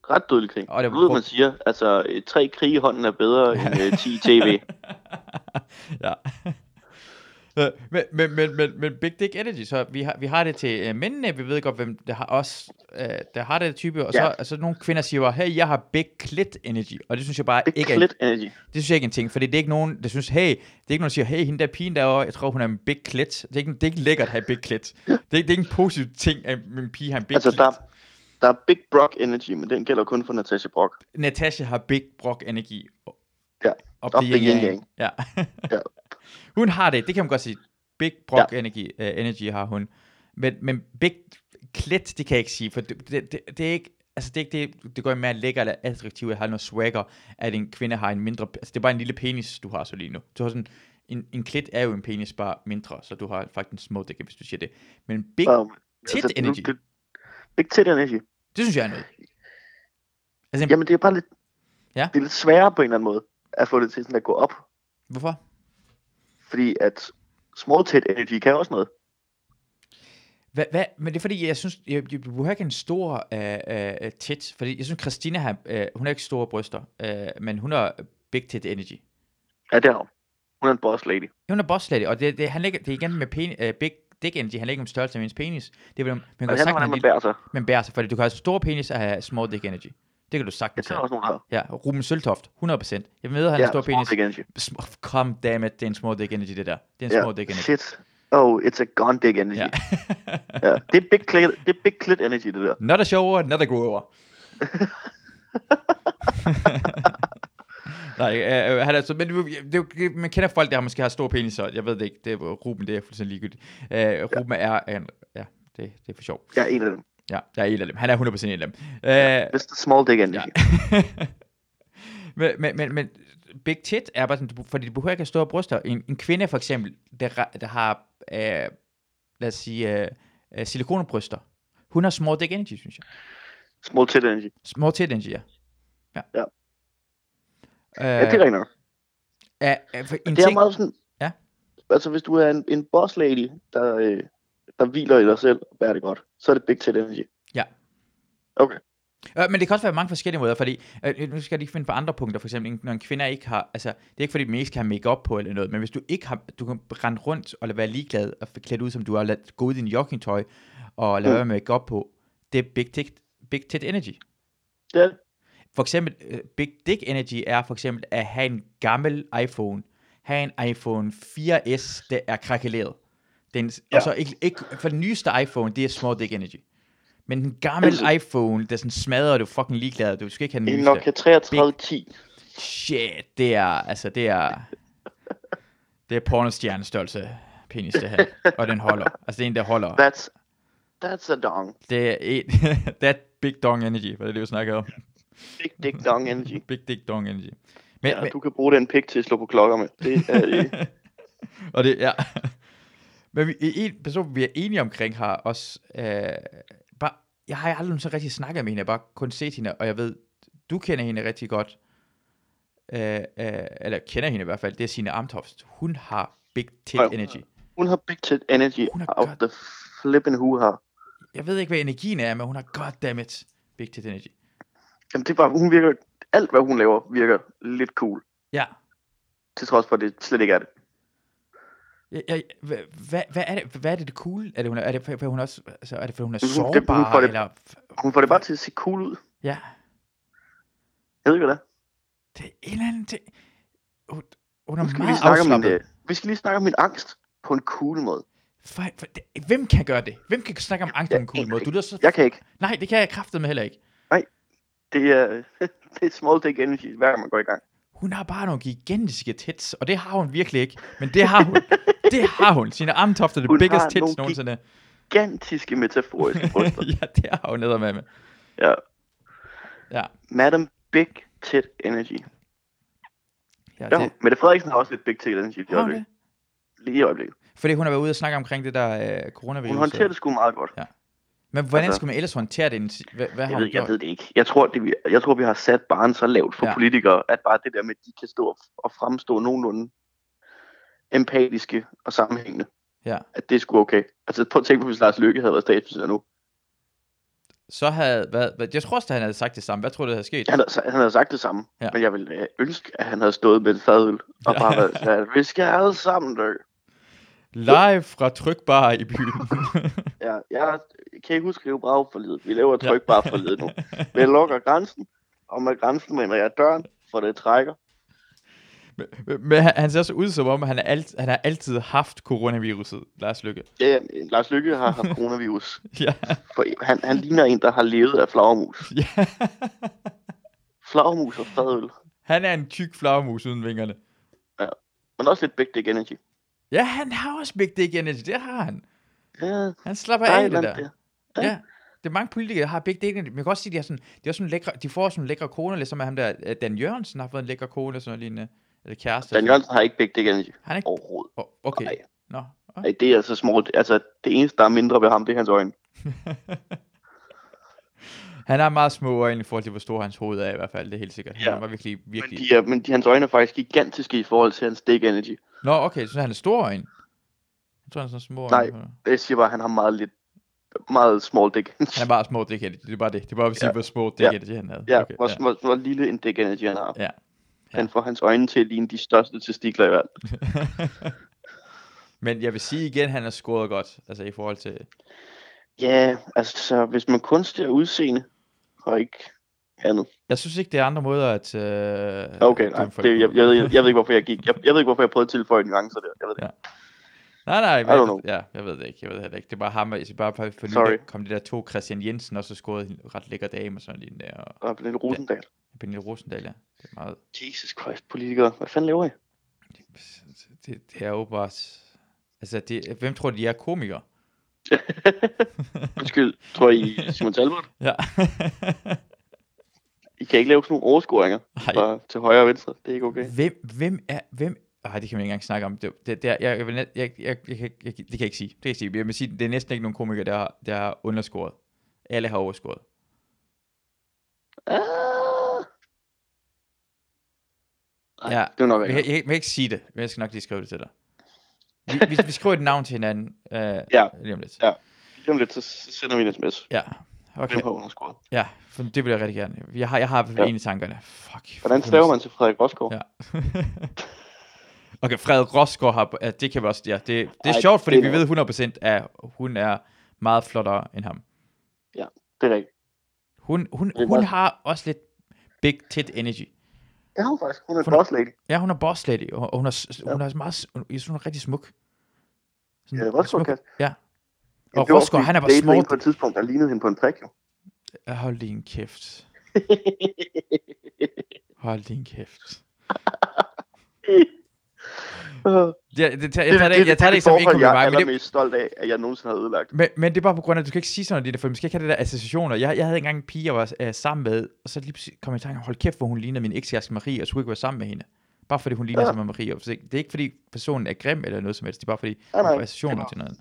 Speaker 2: Ret dødelig krig.
Speaker 1: Og
Speaker 2: Og
Speaker 1: det-
Speaker 2: det ved, man siger, altså øh, tre krige i hånden er
Speaker 1: [LAUGHS]
Speaker 2: bedre end øh, 10 i tv.
Speaker 1: ja. Øh, Men, men, men, men, men Big Dick Energy, så vi har, vi har det til øh, mændene, vi ved godt, hvem der har os, øh, der har det type, og
Speaker 2: Ja.
Speaker 1: så altså, nogle kvinder siger bare, hey, jeg har big clit energy, og det synes jeg bare ikke er,
Speaker 2: Ikke lidt energy.
Speaker 1: det synes jeg ikke er en ting, fordi det er ikke nogen, der synes, hey, det er ikke nogen, der siger, hey, hende der pigen derovre, jeg tror, hun er en big clit. Det er ikke, det er ikke lækkert at have big clit. Det er, ikke- det er ikke en positiv ting, at en pige har en big
Speaker 2: Altså,
Speaker 1: clit.
Speaker 2: der, der er Big Brock energy, men den gælder kun for Natasha Brock.
Speaker 1: Natasha har big brock energi.
Speaker 2: Ja,
Speaker 1: Op
Speaker 2: op
Speaker 1: the
Speaker 2: the
Speaker 1: yin
Speaker 2: yin
Speaker 1: yang. Ja.
Speaker 2: Ja.
Speaker 1: [LAUGHS] hun har det, det kan man godt sige. Big brock ja. energy, uh, energy har hun. Men, men big klit, det kan jeg ikke sige, for det, det, det, det er ikke... Altså, det, er ikke det, det går mere lækker eller attraktivt at have noget swagger, at en kvinde har en mindre... Altså, det er bare en lille penis, du har så lige nu. Du har sådan, en, en klit er jo en penis, bare mindre, så du har faktisk en små dække, hvis du siger det. Men big,
Speaker 2: Um,
Speaker 1: Tit energy.
Speaker 2: Det, big tit energy.
Speaker 1: det synes jeg er noget. Altså, en,
Speaker 2: Jamen, det er bare lidt,
Speaker 1: Ja.
Speaker 2: det er lidt sværere på en eller anden måde, at få det til sådan at gå op.
Speaker 1: hvorfor?
Speaker 2: Fordi at small tit energy kan også noget.
Speaker 1: Hvad, hvad? Men det er fordi, jeg synes, jeg, jeg, du har ikke en stor øh, øh, tit, fordi jeg synes, Christina har, øh, hun har ikke store bryster, øh, men hun har big tit energy.
Speaker 2: Ja, det er hun. Hun er en boss lady.
Speaker 1: Hun er boss lady, og det, det, han ligger, det er igen med pen, øh, big dick energy, han ikke om størrelsen af hendes penis. Det vil, man kan jo
Speaker 2: Men han er,
Speaker 1: sagtens
Speaker 2: hvordan
Speaker 1: have
Speaker 2: man
Speaker 1: lille,
Speaker 2: bærer sig.
Speaker 1: men bærer sig, fordi du kan have stor penis og have small dick energy. Det kan du
Speaker 2: Ja,
Speaker 1: sagtens
Speaker 2: det er
Speaker 1: have.
Speaker 2: også nogen, der har.
Speaker 1: Ja, Ruben Søltoft, 100%. Jeg ved, at han har
Speaker 2: ja,
Speaker 1: ja, stor
Speaker 2: small
Speaker 1: penis.
Speaker 2: dick energy.
Speaker 1: Sm- Come damn it, det er en small dick energy, det der. Det er en
Speaker 2: Ja,
Speaker 1: small dick energy.
Speaker 2: shit. Oh, it's a gun dick energy.
Speaker 1: Ja.
Speaker 2: Ja. ja. Det er big clit, det er big clit energy, det der.
Speaker 1: Not a shower, not a grower. Nej, øh, øh, han er så, men det, er jo- det, er jo- man kender folk, der måske har store peniser. Jeg ved det ikke. Det er, Ruben, det er fuldstændig ligegyldigt. Øh, Ruben er, er en, ja, det, det er for sjov.
Speaker 2: Jeg er en af dem.
Speaker 1: Ja, jeg er en af dem. Han er 100% en af dem. Øh,
Speaker 2: It's the small dick energy. Ja.
Speaker 1: men, men, men, men big tit er bare sådan, du- fordi du behøver ikke have store bryster. En, en kvinde for eksempel, der, ra- der har, øh, lad os sige, øh, øh, silikonebryster. Hun har small dick energy, synes jeg.
Speaker 2: Small tit energy.
Speaker 1: Small tit energy, ja. Ja.
Speaker 2: Ja. Ja, det
Speaker 1: Øh,
Speaker 2: er rigtigt nok.
Speaker 1: er, er, for en
Speaker 2: Det er
Speaker 1: ting,
Speaker 2: meget sådan...
Speaker 1: Ja.
Speaker 2: Altså, hvis du er en, en boss lady, der, øh, der hviler i dig selv og bærer det godt, så er det big tit energy.
Speaker 1: øh, men det kan også være mange forskellige måder, fordi øh, nu skal jeg lige finde på andre punkter, for eksempel en- når en kvinde ikke har, altså det er ikke fordi, man ikke skal have makeup på eller noget, men hvis du ikke har, du kan rende rundt og lade være ligeglad og få klædt ud, som du har ladt gå ud i din joggingtøj og lade
Speaker 2: Mm.
Speaker 1: være med makeup på, det er big tit, big tit energy.
Speaker 2: Det er,
Speaker 1: For eksempel, øh, big dick energy er for eksempel at have en gammel iPhone, have en iPhone 4S, der er krakeleret. Den, ja.
Speaker 2: Ja.
Speaker 1: Og så ikke, ikke, for den nyeste iPhone, det er small dick energy. Men den gamle
Speaker 2: Altså-
Speaker 1: iPhone, der sådan smadrer, og du er fucking ligeglad, du skal ikke have den
Speaker 2: en
Speaker 1: nyeste.
Speaker 2: Nokia 3310.
Speaker 1: Shit, det er, altså det er, det er pornostjernestørrelse penis det her. Og den holder. Altså det er en, der holder.
Speaker 2: That's, that's a dong.
Speaker 1: Det er en, [LAUGHS] that big dong energy, for det er det, vi snakker om.
Speaker 2: Big
Speaker 1: [LAUGHS]
Speaker 2: dick dong energy.
Speaker 1: Big dick dong energy. Men,
Speaker 2: Ja, du kan bruge den pik til at slå på klokker med. Det er øh,
Speaker 1: [LAUGHS]
Speaker 2: det.
Speaker 1: Og det, ja. Men vi, en person, vi er enige omkring, har også... Øh, bare, jeg har aldrig så rigtig snakket med hende, jeg har bare kun set hende, og jeg ved, du kender hende rigtig godt. Øh, øh, eller kender hende i hvert fald, det er Signe Amtoft. Hun har big tit
Speaker 2: Ja, hun
Speaker 1: energy.
Speaker 2: Hun har big tit energy
Speaker 1: Hun har
Speaker 2: out
Speaker 1: godt-
Speaker 2: the flippin' who har.
Speaker 1: Jeg ved ikke, hvad energien er, men hun har goddammit big tit energy.
Speaker 2: Jamen, det er bare, hun virker, alt hvad hun laver, virker lidt cool.
Speaker 1: Ja.
Speaker 2: Til trods for, at det slet ikke er det.
Speaker 1: Jeg, jeg, hvad, hvad, hvad, er det, hvad er det, det cool? Er det, hun er, er det, for, for hun også, altså, er det, for hun er
Speaker 2: Hun- hun- hun
Speaker 1: sårbar?
Speaker 2: får det-
Speaker 1: eller,
Speaker 2: Hun får det bare til at se cool ud.
Speaker 1: ja.
Speaker 2: Jeg ved ikke, hvad det er.
Speaker 1: Det er en eller anden ting. Hun, hun er
Speaker 2: Nu skal vi
Speaker 1: meget
Speaker 2: lige snakke om min,
Speaker 1: afslappet.
Speaker 2: øh, vi skal lige snakke om min angst på en cool måde.
Speaker 1: For, for, det, hvem kan gøre det? Hvem kan snakke om angst på
Speaker 2: Jeg
Speaker 1: en cool
Speaker 2: aner
Speaker 1: måde?
Speaker 2: ikke.
Speaker 1: Du lyder så...
Speaker 2: Jeg kan ikke.
Speaker 1: Nej, det kan jeg kraftedeme heller ikke.
Speaker 2: Det er, [LAUGHS] det er small dick energy, hver gang man går i gang.
Speaker 1: Hun har bare nogle gigantiske tits, og det har hun virkelig ikke. Men det har hun. det har hun. Sine armtoft er det
Speaker 2: Hun
Speaker 1: biggest
Speaker 2: har
Speaker 1: tits
Speaker 2: nogle
Speaker 1: nogensinde.
Speaker 2: Gigantiske metaforiske
Speaker 1: [LAUGHS]
Speaker 2: bryster.
Speaker 1: ja, det har hun nedermad med.
Speaker 2: ja.
Speaker 1: Ja,
Speaker 2: Madam Big Tit Energy.
Speaker 1: ja,
Speaker 2: Ja,
Speaker 1: det,
Speaker 2: Mette Frederiksen har også lidt Big Tit Energy i
Speaker 1: har hun det?
Speaker 2: øjeblikket. Lige i øjeblikket.
Speaker 1: Fordi hun har været ude og snakke omkring det der øh, coronavirus.
Speaker 2: Hun håndterer det sgu meget godt.
Speaker 1: Men hvordan
Speaker 2: altså-
Speaker 1: skulle man ellers håndtere det? Hvad, hvad har
Speaker 2: Jeg
Speaker 1: hun
Speaker 2: ved, jeg
Speaker 1: gjort?
Speaker 2: ved det ikke. Jeg tror, det, vi- jeg tror, vi har sat barn så lavt for
Speaker 1: Ja.
Speaker 2: ja. politikere, at bare det der med, at de kan stå og- og fremstå nogenlunde empatiske og sammenhængende,
Speaker 1: Ja.
Speaker 2: at det er sgu okay. Altså prøv at tænke på, hvis Lars Løkke havde været statsminister nu.
Speaker 1: Så havde... Hvad, hvad, jeg tror også, at han havde sagt det samme. Hvad tror du, der havde sket?
Speaker 2: Han havde, han havde sagt det samme,
Speaker 1: Ja.
Speaker 2: ja. men jeg ville øh, ønske, at han havde stået med en fadøl
Speaker 1: [LAUGHS]
Speaker 2: og
Speaker 1: Ja.
Speaker 2: bare været sådan, vi skal alle sammen dø.
Speaker 1: Live fra Trykbar i byen.
Speaker 2: Ja, jeg kan ikke huske rivebrag forledet. Vi laver trykbar forledet nu. Men jeg lukker grænsen, og med grænsen mener jeg døren, for det trækker.
Speaker 1: Men- Men han, han ser så ud som om, han, er alt, han har altid haft coronaviruset, Lars Lykke.
Speaker 2: Ja, ja, Lars Lykke har haft coronavirus.
Speaker 1: [LAUGHS] Ja.
Speaker 2: For han, han ligner en, der har levet af flagermus.
Speaker 1: ja.
Speaker 2: Flagermus og fadøl.
Speaker 1: Han er en tyk flagermus uden vingerne.
Speaker 2: Men også lidt Big Dick Energy.
Speaker 1: Ja, han har også Big Dick Energy, det har han.
Speaker 2: Ja,
Speaker 1: Han slapper
Speaker 2: der er et
Speaker 1: af
Speaker 2: eller
Speaker 1: det
Speaker 2: andet
Speaker 1: der. Ja.
Speaker 2: der. Ja.
Speaker 1: ja. Det er mange politikere, der har Big Dick Energy. Man kan også sige, de, har sådan, de, har sådan lækre, de får sådan lækre kone, ligesom med ham der, øh, Dan Jørgensen har fået en lækker kone og sådan noget lignende. Eller kæreste.
Speaker 2: Dan Jørgensen har ikke Big Dick Energy
Speaker 1: Han er ikke...
Speaker 2: overhovedet.
Speaker 1: Oh, okay.
Speaker 2: Nej.
Speaker 1: Nå. Oh.
Speaker 2: Nej, det er altså småt. Altså, det eneste, der er mindre ved ham, det er hans øjne.
Speaker 1: Han har meget små øjne i forhold til, hvor stor hans hoved er i hvert fald. Det er helt sikkert.
Speaker 2: Ja.
Speaker 1: Han var virkelig,
Speaker 2: Men,
Speaker 1: virkelig...
Speaker 2: de er, men de, hans øjne er faktisk gigantiske i forhold til hans Dick Energy.
Speaker 1: Nå, okay, så han er store øjne. Jeg tror, han er sådan små
Speaker 2: Nej.
Speaker 1: øjne.
Speaker 2: Jeg siger bare, at han har meget lidt meget small dick energy.
Speaker 1: Han er bare små dick energy. Det er bare det. Det er bare at sige,
Speaker 2: Ja.
Speaker 1: hvor små dick
Speaker 2: Ja.
Speaker 1: energy han havde.
Speaker 2: Ja,
Speaker 1: okay,
Speaker 2: okay, hvor, ja. Hvor, hvor, lille en dick energy han har.
Speaker 1: Ja. Ja.
Speaker 2: Han får hans øjne til at ligne de største testikler i verden.
Speaker 1: Men jeg vil sige igen, han har scoret godt. Altså i forhold til...
Speaker 2: Ja, altså hvis man kun ser udseende og ikke andet.
Speaker 1: Jeg synes ikke, det er andre måder at... Øh,
Speaker 2: Okay, nej,
Speaker 1: dømme
Speaker 2: det, jeg, jeg,
Speaker 1: på.
Speaker 2: ved- jeg, jeg ved ikke, hvorfor jeg gik. Jeg, jeg ved ikke, hvorfor jeg prøvede at tilføje en gang, så der. Jeg ved det.
Speaker 1: Ja.
Speaker 2: Ja.
Speaker 1: [LAUGHS] Nej, nej,
Speaker 2: don't
Speaker 1: jeg,
Speaker 2: know.
Speaker 1: ja, jeg ved det ikke, jeg ved det heller ikke. Det er bare ham, og- det er bare for, for
Speaker 2: Sorry.
Speaker 1: nylig, der kom det der to Christian Jensen, og så scorede en ret lækker dame og sådan lige der, og
Speaker 2: Og Pernille Rosendal.
Speaker 1: Pernille Rosendal, ja. Det er meget,
Speaker 2: Jesus Christ, politikere. Hvad fanden laver I? [LAUGHS]
Speaker 1: det, det er jo bare, altså, det, hvem tror de er komikere?
Speaker 2: Undskyld, tror I Simon Talbot?
Speaker 1: Ja. [LAUGHS]
Speaker 2: I kan ikke lave sådan nogle overskoringer
Speaker 1: Nej. Mm.
Speaker 2: fra til højre og venstre. Det er ikke okay.
Speaker 1: Hvem, hvem er, hvem, Ej, det kan man ikke engang snakke om. Det, det, det, er- jeg, jeg, vil net- jeg, jeg, jeg, jeg, jeg, det kan jeg ikke sige. Det kan jeg ikke sige. Jeg vil sige, det er næsten ikke nogen komikere, der, har- der har underscoret. Alle har overscoret.
Speaker 2: Ah. Nej,
Speaker 1: Ja,
Speaker 2: ja. det er nok
Speaker 1: Jeg,
Speaker 2: ikke.
Speaker 1: jeg, jeg, jeg kan ikke sige det, men jeg skal nok lige skrive det til dig. Vi, vi, vi skriver et navn til hinanden øh,
Speaker 2: Ja.
Speaker 1: lige om lidt.
Speaker 2: Ja. Lige om lidt, så så sender vi en sms.
Speaker 1: Ja,
Speaker 2: Okay.
Speaker 1: okay.
Speaker 2: Hvem har underskåret?
Speaker 1: Ja, for det vil jeg rigtig gerne. Jeg har, jeg har i hvert fald
Speaker 2: Ja.
Speaker 1: en i tankerne. Fuck.
Speaker 2: Hvordan staver man til Frederik Rosgaard?
Speaker 1: Ja. [LAUGHS] Okay, Frederik Rosgaard har... Ja, det kan vi også... Ja, det, det er
Speaker 2: Ej,
Speaker 1: sjovt, fordi
Speaker 2: det
Speaker 1: vi
Speaker 2: er-
Speaker 1: ved 100% at hun er meget flottere end ham.
Speaker 2: Det er rigtigt.
Speaker 1: Hun, hun,
Speaker 2: Det er
Speaker 1: hun
Speaker 2: godt.
Speaker 1: har også lidt big tit energy.
Speaker 2: Ja, hun faktisk. Hun er
Speaker 1: For-
Speaker 2: en boss lady.
Speaker 1: Ja, hun er boss lady, og og hun er, s- hun er meget... s- hun- Jeg synes, hun er rigtig smuk. Sådan
Speaker 2: Ja, Rosgaard kan.
Speaker 1: Mm. Ja.
Speaker 2: Jamen,
Speaker 1: Og
Speaker 2: det var,
Speaker 1: Rosgaard,
Speaker 2: fordi
Speaker 1: han er bare
Speaker 2: datede
Speaker 1: smart.
Speaker 2: hende på et tidspunkt, der lignede hende på en prik, jo.
Speaker 1: Ja, Hold din kæft. Hold din kæft. Ja, det, tager- [LAUGHS] jeg tager det, ikke- jeg tager det ikke som en
Speaker 2: forhold, jeg er
Speaker 1: kompliment, men det,
Speaker 2: allermest stolt af, at jeg nogensinde har ødelagt.
Speaker 1: Men, men det er bare på grund af, at du kan ikke sige sådan noget, Lina, for man skal ikke have det der associationer. Jeg, jeg havde engang en pige, jeg var øh, sammen med, og så lige pludselig kom jeg i tanke, hold kæft, hvor hun ligner min ekskæreste Marie, og jeg skulle ikke være sammen med hende. Bare fordi hun ligner
Speaker 2: Ja.
Speaker 1: ja. som Marie. Og så ikke- det er ikke fordi personen er grim eller noget som helst, det er bare fordi
Speaker 2: Nej,
Speaker 1: hun får
Speaker 2: nej, det
Speaker 1: associationer
Speaker 2: er
Speaker 1: til noget.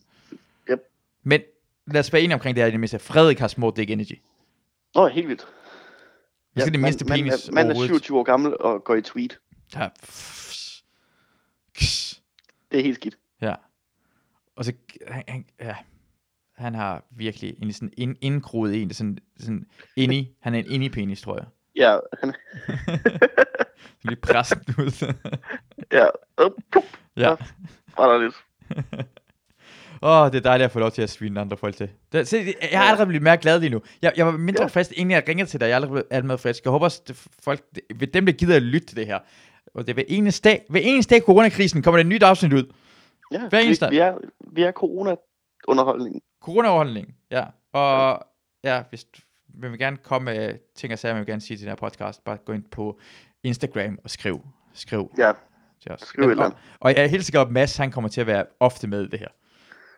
Speaker 2: Yep.
Speaker 1: Men lad os være enige omkring det her i det mindste. Frederik har små dick energy.
Speaker 2: Nå, helt vildt.
Speaker 1: Måske det mindste
Speaker 2: man,
Speaker 1: penis
Speaker 2: man, man er
Speaker 1: overhovedet.
Speaker 2: 27 år gammel og går i tweet.
Speaker 1: Ja. Pff. Ksh.
Speaker 2: Det er helt skidt.
Speaker 1: Ja. Og så, han, han, ja. han har virkelig en sådan ind, indgroet en, sådan, sådan indie. Han er en indie penis, tror jeg.
Speaker 2: Ja, han,
Speaker 1: Lige presse den [LAUGHS] ud.
Speaker 2: ja. Op, plup,
Speaker 1: ja.
Speaker 2: Ja. var der lidt.
Speaker 1: Åh, oh, det er dejligt at få lov til at svine andre folk til. Det, se, det- jeg har aldrig blevet mere glad lige nu. Jeg, jeg var mindre
Speaker 2: Ja.
Speaker 1: frisk, inden jeg ringede til dig. Jeg er aldrig blevet aldrig mere frisk. Jeg håber, også, det, folk, det, ved dem, der gider at lytte til det her. Og det er hver eneste dag, hver eneste dag i coronakrisen, kommer der et nyt afsnit ud.
Speaker 2: Ja,
Speaker 1: Hver eneste.
Speaker 2: Vi, vi, er, vi er corona-underholdningen.
Speaker 1: Coronaordningen, ja. Og ja, hvis du- man vil gerne komme med ting og sager, man vil gerne sige til den her podcast, bare gå ind på Instagram og skriv. Skriv
Speaker 2: Ja,
Speaker 1: til os.
Speaker 2: skriv et eller
Speaker 1: og,
Speaker 2: andet.
Speaker 1: og jeg er helt sikker på, at Mads, han kommer til at være ofte med i det her.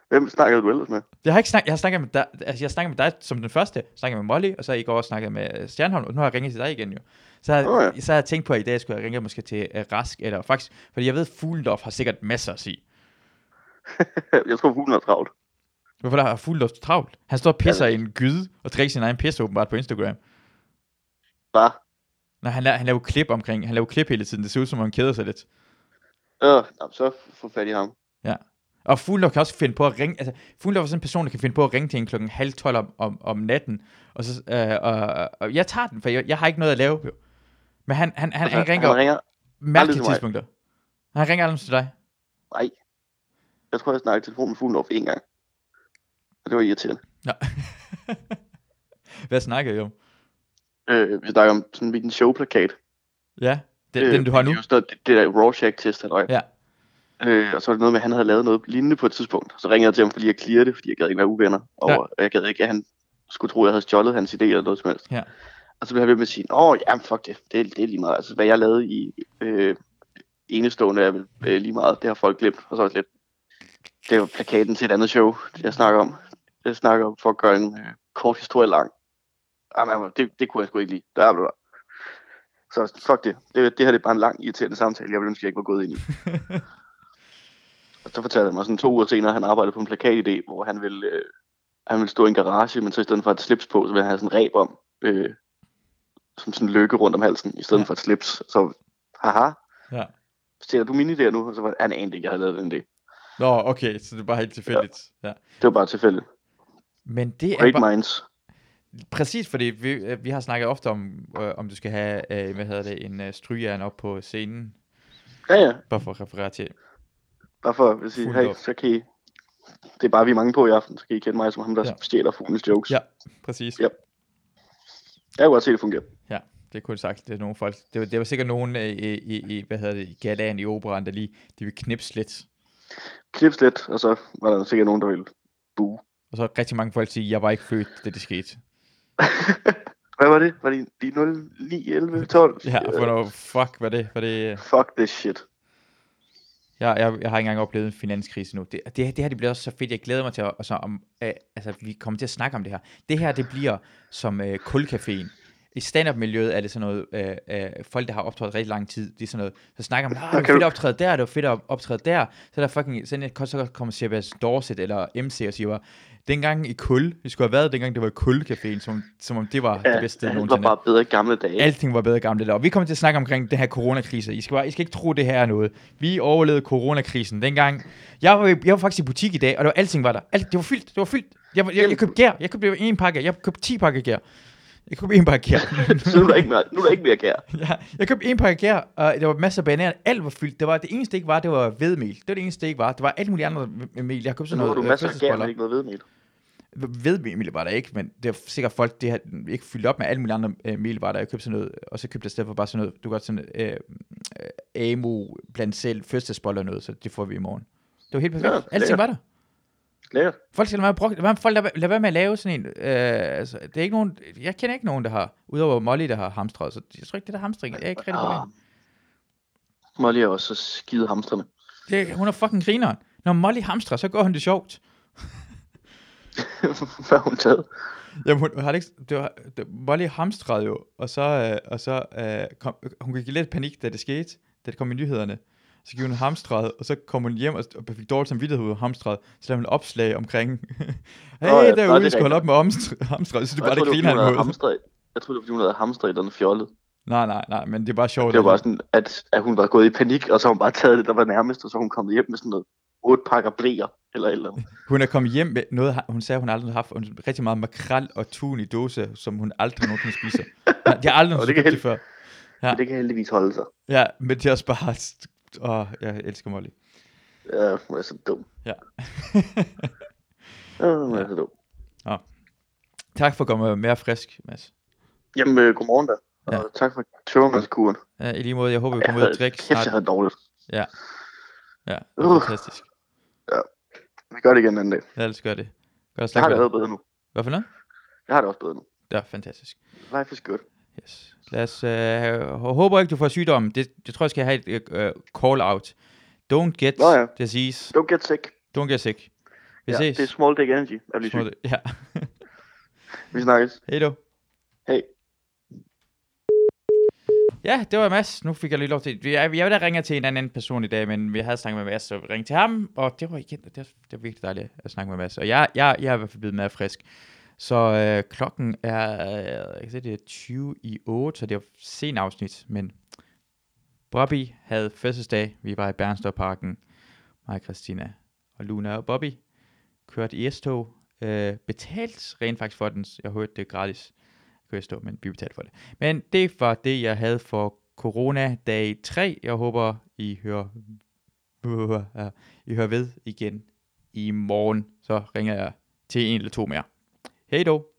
Speaker 2: hvem snakkede du ellers med? [LAUGHS]
Speaker 1: Jeg har ikke snakket, jeg har snakket med dig, altså jeg har snakket med dig som den første, snakket med Molly, og så i går snakket med øh, Stjernholm, og nu har jeg ringet til dig igen jo. Så har,
Speaker 2: Nå
Speaker 1: så har jeg tænkt på, at i dag skulle jeg ringe måske til uh, Rask, eller faktisk, fordi jeg ved, Fuglendorf har sikkert masser at sige.
Speaker 2: Jeg tror, hun er travlt.
Speaker 1: Hvorfor der har Fuglendorf så travlt? Han står og pisser
Speaker 2: Ja,
Speaker 1: i en gyde, og drikker sin egen pisse åbenbart på Instagram.
Speaker 2: Bare,
Speaker 1: Nej, han, la- han laver klip omkring, han laver klip hele tiden, det ser ud som om han keder sig lidt.
Speaker 2: øh, nå, så få fat i ham.
Speaker 1: Og Fuglendorf kan også finde på at ringe, altså Fuglendorf er sådan en person, der kan finde på at ringe til en klokken halv tolv om, om, om natten, og så, øh, og, og, jeg tager den, for jeg, jeg har ikke noget at lave jo. Men han, han, han, han ringer
Speaker 2: Altså, han ringer.
Speaker 1: mærkelige
Speaker 2: til mig.
Speaker 1: tidspunkter. Han ringer aldrig til dig.
Speaker 2: Nej. Jeg tror, jeg snakkede i telefon med Fuglendorf en gang. Og det var irriterende.
Speaker 1: Nå. [LAUGHS] Hvad snakker I om?
Speaker 2: Øh, vi snakker om sådan min showplakat.
Speaker 1: Ja, den, øh, den du har nu?
Speaker 2: Det, er jo sådan noget- det, det der Rorschach-test, han røg.
Speaker 1: Ja.
Speaker 2: Øh, og så var det noget med, at han havde lavet noget lignende på et tidspunkt. Så ringede jeg til ham, fordi jeg clearede det, fordi jeg gad ikke være uvenner. Og ja. jeg gad ikke, at han skulle tro, at jeg havde stjålet hans idé eller noget som helst.
Speaker 1: Ja.
Speaker 2: Og så blev han ved med at sige, åh, ja, fuck det. det, er- det er lige meget. Altså, hvad jeg lavede i øh, enestående er vel øh, lige meget. Det har folk glemt. Og så også lidt, det var plakaten til et andet show, jeg snakker om. Jeg snakker om for at gøre en øh, kort historie lang. Jamen, det, det kunne jeg sgu ikke lide. Der er du der. Så fuck det. det. Det her det er bare en lang, irriterende samtale, jeg ville ønske, jeg ikke var
Speaker 1: [LAUGHS]
Speaker 2: gået ind i. Og så fortalte han mig sådan to uger senere, at han arbejdede på en plakatidé, hvor han ville, øh, han ville stå i en garage, men så i stedet for et slips på, så ville han have sådan en reb om, øh, som sådan en løkke rundt om halsen, i stedet
Speaker 1: Ja.
Speaker 2: ja. for et slips. Så, haha,
Speaker 1: Ja.
Speaker 2: ser du min idé nu? Og så var han anede ikke, jeg havde lavet den idé.
Speaker 1: Nå, okay, så det er bare helt tilfældigt. Ja.
Speaker 2: Det var bare tilfældigt.
Speaker 1: Men det er
Speaker 2: Great
Speaker 1: bare...
Speaker 2: minds.
Speaker 1: Præcis, fordi vi, øh, vi har snakket ofte om, øh, om du skal have, øh, hvad hedder det, en øh, strygjern op på scenen,
Speaker 2: Ja, ja.
Speaker 1: bare for at referere til.
Speaker 2: Bare for at sige,
Speaker 1: Fuldt
Speaker 2: hey,
Speaker 1: op.
Speaker 2: så kan I... Det er bare, vi er mange på i aften, så kan I kende mig som ham, der
Speaker 1: Ja.
Speaker 2: ja. stjæler fuglens jokes.
Speaker 1: Ja. Præcis.
Speaker 2: Ja. Jeg kunne godt se, det fungerer.
Speaker 1: Det kunne sagt, det er nogle folk. Det var, det var sikkert nogen øh, i, i, i, hvad hedder det, i galaen i operan, der lige, de ville knipse lidt.
Speaker 2: Knips lidt, og så var der sikkert nogen, der ville bue.
Speaker 1: Og så rigtig mange folk siger, jeg var ikke født, da det skete.
Speaker 2: Hvad var det? Var det de 0, 9, 11, 12?
Speaker 1: Ja, for noget, fuck, hvad det, hvad det,
Speaker 2: Øh,
Speaker 1: øh,
Speaker 2: Fuck this shit.
Speaker 1: jeg, jeg, jeg har ikke engang oplevet en finanskrise nu. Det, det, her- det her, det bliver også så fedt. Jeg glæder mig til, at, og så om, øh, altså, vi kommer til at snakke om det her. Det her, det bliver som øh, kulcaféen. I stand-up-miljøet er det sådan noget, øh, øh, folk, der har optrådt rigtig lang tid, det er sådan noget, så snakker man, ah, det var
Speaker 2: kan
Speaker 1: fedt at
Speaker 2: du-
Speaker 1: optræde der, det var fedt at optræde der, så er der fucking, sådan et, så kommer Sebastian Dorset eller MC og siger bare, dengang i kul, vi skulle have været dengang, det var kulcaféen, som, som om det var ja, det bedste sted
Speaker 2: det
Speaker 1: nogensinde.
Speaker 2: var bare bedre i gamle dage. [LAUGHS]
Speaker 1: Alting var bedre i gamle dage. Og vi kommer til at snakke omkring den her coronakrise. I skal, bare, I skal ikke tro, det her er noget. Vi overlevede coronakrisen dengang. Jeg var, jeg var faktisk i butik i dag, og det var, alting var der. Alt, det var fyldt, det var fyldt. Jeg, var- jeg, jeg købte gær. Jeg købte en pakke. Jeg købte 10 pakker gær. Jeg købte en pakke gær.
Speaker 2: så nu er der ikke mere, nu er der ikke mere gær.
Speaker 1: ja, jeg købte en pakke gær, og der var masser af bananer. Alt var fyldt. Det, var, det eneste, det ikke var, det var hvedemel. Det var det eneste, det ikke var. Det var alt muligt andet mel. Jeg har købt
Speaker 2: Så
Speaker 1: sådan
Speaker 2: nu har
Speaker 1: noget
Speaker 2: du
Speaker 1: øh,
Speaker 2: masser af gær,
Speaker 1: fødselsboller
Speaker 2: men ikke noget vedmel.
Speaker 1: ved mel var der ikke, men det er sikkert folk, det har ikke fyldt op med alle mulige andre øh, mel var der. Jeg købte sådan noget, og så købte jeg i stedet for bare sådan noget, du kan godt sådan øh, øh, Amo blandt selv, fødselsboller og noget, så det får vi i morgen. Det var helt perfekt.
Speaker 2: Ja,
Speaker 1: Ja, Alting
Speaker 2: lækkert.
Speaker 1: var der.
Speaker 2: Lækkert.
Speaker 1: Folk skal lade være, med at bruge- lad være, folk lad, være- lad være med at lave sådan en, øh, altså, det er ikke nogen, jeg kender ikke nogen, der har, udover Molly, der har hamstret, så jeg tror ikke, det der hamstring, jeg er ikke rigtig
Speaker 2: Ah.
Speaker 1: problem.
Speaker 2: Molly er også så skide hamstrene.
Speaker 1: Det, hun er fucking grineren. Når Molly hamstrer, så går hun det sjovt.
Speaker 2: [LAUGHS] Hvad har hun taget?
Speaker 1: Jamen, hun, har det ikke, det var, det, Molly hamstrede jo, og så, øh, og så øh, kom, hun gik i lidt panik, da det skete, da det kom i nyhederne. Så gik hun hamstrede, og så kom hun hjem og, og fik dårligt samvittighed ud af hamstrede, så lavede hun et opslag omkring, [LAUGHS] hey,
Speaker 2: Nå ja,
Speaker 1: oh,
Speaker 2: nej,
Speaker 1: derude,
Speaker 2: det er
Speaker 1: jeg skal holde op med omstr- [LAUGHS] hamstrede, så du bare
Speaker 2: Jeg
Speaker 1: det
Speaker 2: troede, det
Speaker 1: griner
Speaker 2: var, fordi hun havde
Speaker 1: han mod.
Speaker 2: hamstret. Jeg troede, det var, fordi hun havde hamstret et eller andet fjollet.
Speaker 1: Nej, nej, nej, men det er bare sjovt.
Speaker 2: Det
Speaker 1: at-
Speaker 2: var bare sådan, at, at hun var gået i panik, og så har hun bare taget det, der var nærmest, og så er hun kommet hjem med sådan noget otte pakker blæer, eller et eller andet.
Speaker 1: Hun er kommet hjem med noget, hun sagde, hun aldrig har haft hun, rigtig meget makrel og tun i dåse, som hun aldrig nogensinde
Speaker 2: [LAUGHS]
Speaker 1: spiser. Nej, De har aldrig
Speaker 2: Og
Speaker 1: nogensinde
Speaker 2: det kan
Speaker 1: købt det før. Ja.
Speaker 2: Men det kan heldigvis holde sig.
Speaker 1: Ja, men det er også bare, åh, jeg elsker Molly.
Speaker 2: Ja, hun er så dum.
Speaker 1: Ja.
Speaker 2: Ja, hun er så dum.
Speaker 1: Tak for at komme mere frisk, Mads.
Speaker 2: Jamen, øh, godmorgen da. Og
Speaker 1: Ja.
Speaker 2: tak for tømmermandskuren.
Speaker 1: Ja, I lige måde, jeg håber, vi
Speaker 2: Jeg
Speaker 1: kommer ud og
Speaker 2: havde,
Speaker 1: drikke
Speaker 2: kæft,
Speaker 1: snart.
Speaker 2: jeg havde dårligt.
Speaker 1: Ja, det er
Speaker 2: Uh.
Speaker 1: fantastisk.
Speaker 2: Vi gør det igen en anden dag.
Speaker 1: Ja, lad os gøre det. Godt at
Speaker 2: Jeg har
Speaker 1: snakke
Speaker 2: det
Speaker 1: med dig.
Speaker 2: allerede bedre nu.
Speaker 1: Hvad for noget?
Speaker 2: Jeg har det også bedre nu.
Speaker 1: Det er fantastisk.
Speaker 2: Life is good.
Speaker 1: Yes. Lad os, øh, jeg håber ikke, du får sygdommen. Det, det tror jeg skal have et øh, call-out. Don't get
Speaker 2: Nå ja.
Speaker 1: disease.
Speaker 2: Don't get sick.
Speaker 1: Don't get sick. Vi
Speaker 2: Ja,
Speaker 1: ses.
Speaker 2: det er small dick energy. Jeg bliver syg.
Speaker 1: Ja.
Speaker 2: Vi snakkes.
Speaker 1: Hej då.
Speaker 2: Hej.
Speaker 1: Ja, det var Mads. Nu fik jeg lige lov til... Jeg, jeg vil da ringe til en anden person i dag, men vi havde snakket med Mads, så jeg ringede til ham, og det var igen... Det, det var virkelig dejligt at snakke med Mads. Og jeg, jeg, jeg er i hvert fald blevet mere frisk. Så øh, klokken er... Øh, jeg kan se, det er 20 i 8, så det er sen afsnit, men... Bobby havde fødselsdag. Vi var i Bernstorparken. Mig, og Christina og Luna og Bobby kørte i S-tog. Øh, betalt rent faktisk for den. Jeg hørte det er gratis. Kunne jeg stå, men vi betalte for det. Men det var det, jeg havde for Corona dag 3. Jeg håber, I hører, uh, I hører ved igen i morgen. Så ringer jeg til en eller to mere. Hej då!